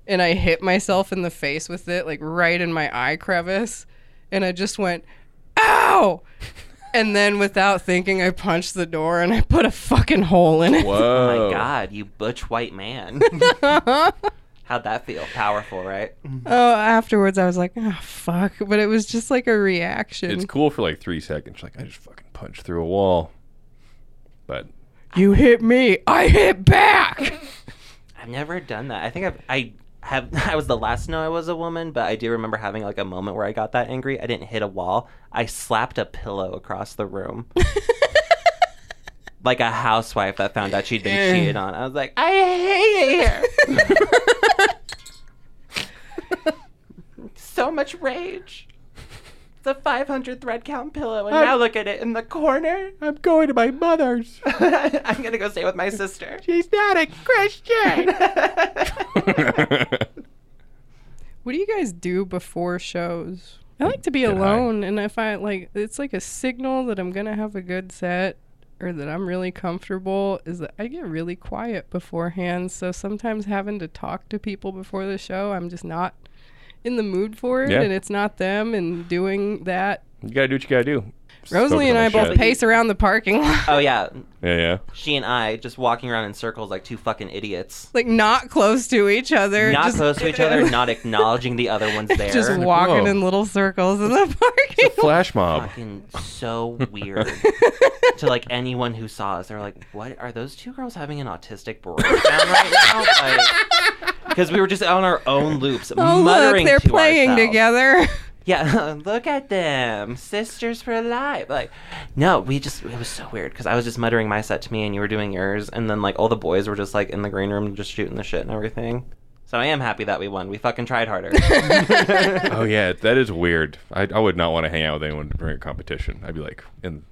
S2: and I hit myself in the face with it, like right in my eye crevice. And I just went, ow! And then without thinking, I punched the door and I put a fucking hole in it.
S3: Whoa!
S1: My
S2: Oh
S1: God, you butch white man. How'd that feel? Powerful, right?
S2: Oh, afterwards, I was like, oh, fuck. But it was just like a reaction.
S3: It's cool for like three seconds. Like I just fucking punched through a wall. But
S2: you hit me, I hit back.
S1: I've never done that. I think I've, I have. I was the last to know I was a woman, but I do remember having like a moment where I got that angry. I didn't hit a wall. I slapped a pillow across the room. like a housewife that found out she'd been cheated on. I was like, I hate it here. so much rage. It's a 500 thread count pillow, and now look at it in the corner.
S3: I'm going to my mother's.
S1: I'm gonna go stay with my sister.
S3: She's not a Christian.
S2: What do you guys do before shows? I like to be
S3: Get high.
S2: alone, and if I like, it's like a signal that I'm gonna have a good set or that I'm really comfortable. Is that I get really quiet beforehand, so sometimes having to talk to people before the show, I'm just not in the mood for it,
S3: Yeah.
S2: and it's not them. And doing that,
S3: you gotta do what you gotta do. Just
S2: Rosalie
S3: focus
S2: and
S3: on
S2: I
S3: the
S2: both
S3: shit.
S2: pace around the parking lot,
S1: oh yeah,
S3: Yeah, yeah.
S1: she and I just walking around in circles like two fucking idiots.
S2: like not close to each other,
S1: Not
S2: just-
S1: close to each other, not acknowledging the other one's there.
S2: just walking
S3: Whoa.
S2: in little circles in the parking lot.
S3: Flash mob.
S1: fucking so weird to like anyone who saw us. They were like, "What are those two girls having an autistic breakdown right now?" Because we were just on our own loops,
S2: Oh
S1: muttering
S2: look, they're
S1: to
S2: playing
S1: ourselves.
S2: together.
S1: Yeah, look at them, sisters for life. Like, no, we just it was so weird because I was just muttering my set to me, and you were doing yours, and then like all the boys were just like in the green room, just shooting the shit and everything. So I am happy that we won. We fucking tried harder.
S3: oh yeah, that is weird. I, I would not want to hang out with anyone during a competition. I'd be like, and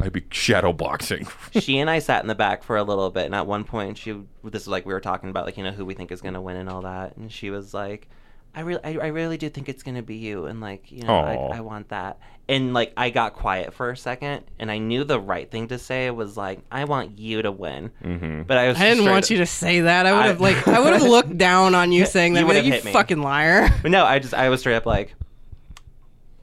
S3: I'd be shadow boxing.
S1: she and I sat in the back for a little bit, and at one point, she this is like we were talking about like you know who we think is gonna win and all that, and she was like, "I really, I, I really do think it's gonna be you," and like you know,
S3: Aw.
S1: I, I want that, and like I got quiet for a second, and I knew the right thing to say was like, "I want you to win,"
S3: Mhm.
S1: but I was
S2: I didn't
S1: straight-
S2: want you to say that. I would
S1: I-
S2: have like I would have looked down on you saying that.
S1: You
S2: You, like,
S1: would've
S2: you
S1: hit me.
S2: fucking liar.
S1: But no, I just I was straight up like.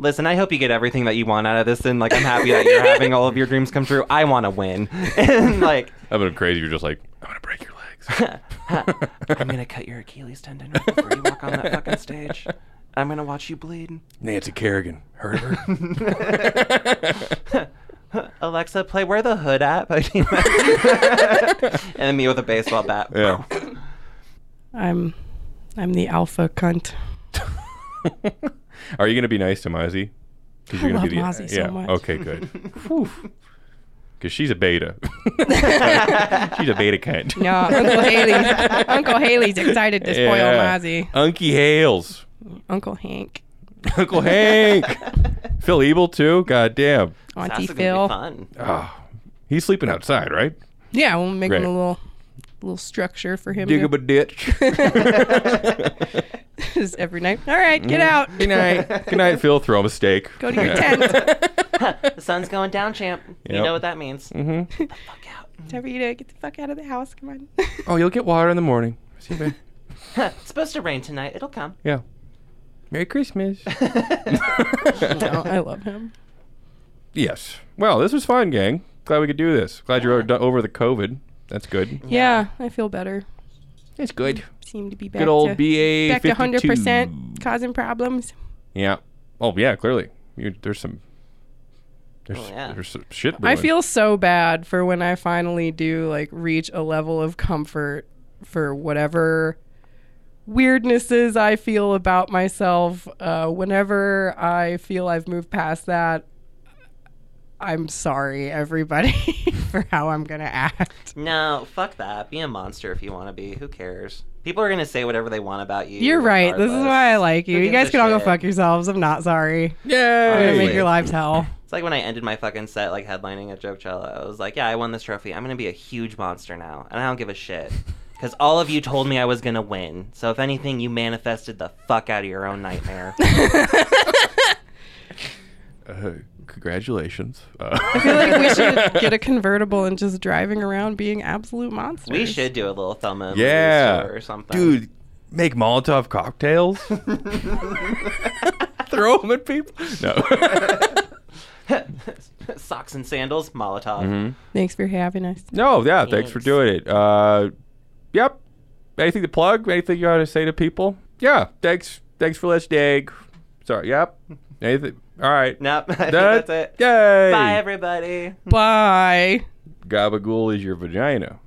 S1: Listen, I hope you get everything that you want out of this, and like I'm happy that you're having all of your dreams come true. I want to win, and like
S3: That would have been crazy. You're just like, I'm gonna break your legs.
S1: I'm gonna cut your Achilles tendon right before you walk on that fucking stage. I'm gonna watch you bleed.
S3: Nancy Kerrigan, heard of her?
S1: Alexa, play "Where the Hood At" by Tina. and then me with a baseball bat.
S3: yeah.
S2: I'm I'm the alpha cunt.
S3: Are you gonna be nice to Mozzie? 'Cause
S2: I
S3: gonna
S2: love Mozzie so
S3: yeah.
S2: much.
S3: Okay, good. Because she's a beta. she's a beta cunt.
S2: No, Uncle Haley. Uncle Haley's excited to spoil Mozzie.
S3: Unky Hales.
S2: Uncle Hank.
S3: Uncle Hank. Phil Ebel too. God damn.
S2: Auntie
S1: That's gonna be
S2: Phil.
S1: fun.
S3: He's sleeping outside, right?
S2: Yeah, we'll make him
S3: Right.
S2: a little little structure for him
S3: Dig
S2: to
S3: up a ditch.
S2: just every night. All right, get
S1: Mm.
S2: out.
S3: Mm-hmm. Good night. Good night, Phil. Throw him a steak.
S2: Go to your tent. Mm-hmm.
S1: The sun's going down, champ. You
S3: Yep.
S1: know what that means.
S3: Mm-hmm.
S2: Time for you to get the fuck out of the house. Come on.
S3: Oh, you'll get water in the morning. See you, babe.
S1: it's supposed to rain tonight. It'll come.
S3: Yeah. Merry Christmas.
S2: no, I love him.
S3: yes. Well, this was fun, gang. Glad we could do this. Glad you're o- over the COVID. That's good.
S2: Yeah, I feel better.
S3: It's good.
S2: Seem to be back
S3: Good old
S2: to,
S3: BA.
S2: back to
S3: 52.
S2: hundred percent causing problems.
S3: Yeah. Oh yeah, clearly. You, there's some. There's,
S1: Oh, yeah.
S3: there's some shit.
S2: I
S3: brewing.
S2: feel so bad for when I finally do like reach a level of comfort for whatever weirdnesses I feel about myself. Uh, whenever I feel I've moved past that, I'm sorry, everybody, for how I'm gonna act.
S1: No, fuck that. Be a monster if you want to be. Who cares? People are gonna say whatever they want about you.
S2: You're right. This is
S1: regardless.
S2: why I like you.
S1: Who
S2: You
S1: gives
S2: guys
S1: a
S2: can all go
S1: shit?
S2: fuck yourselves. I'm not sorry. I'm gonna
S3: Yay!
S2: make your lives hell.
S1: It's like when I ended my fucking set, like headlining at Jokecella. I was like, yeah, I won this trophy. I'm gonna be a huge monster now, and I don't give a shit. Because all of you told me I was gonna win. So if anything, you manifested the fuck out of your own nightmare.
S3: Uh, congratulations. Uh,
S2: I feel like we should get a convertible and just driving around being absolute monsters.
S1: we should do a little Thelma and Louise
S3: Yeah.
S1: tour or something.
S3: Dude, make Molotov cocktails. Throw them at people. No.
S1: Socks and sandals, Molotov.
S3: Mm-hmm.
S2: Thanks for having us.
S3: no, yeah, thanks for
S1: Thanks.
S3: doing it. Uh, yep. Anything to plug? Anything you want to say to people? Yeah, thanks. Thanks for listening. Sorry, yep. Anything? All right.
S1: Nope, I think
S3: That-
S1: that's it.
S3: Yay.
S1: Bye, everybody.
S2: Bye.
S3: Gabagool is your vagina.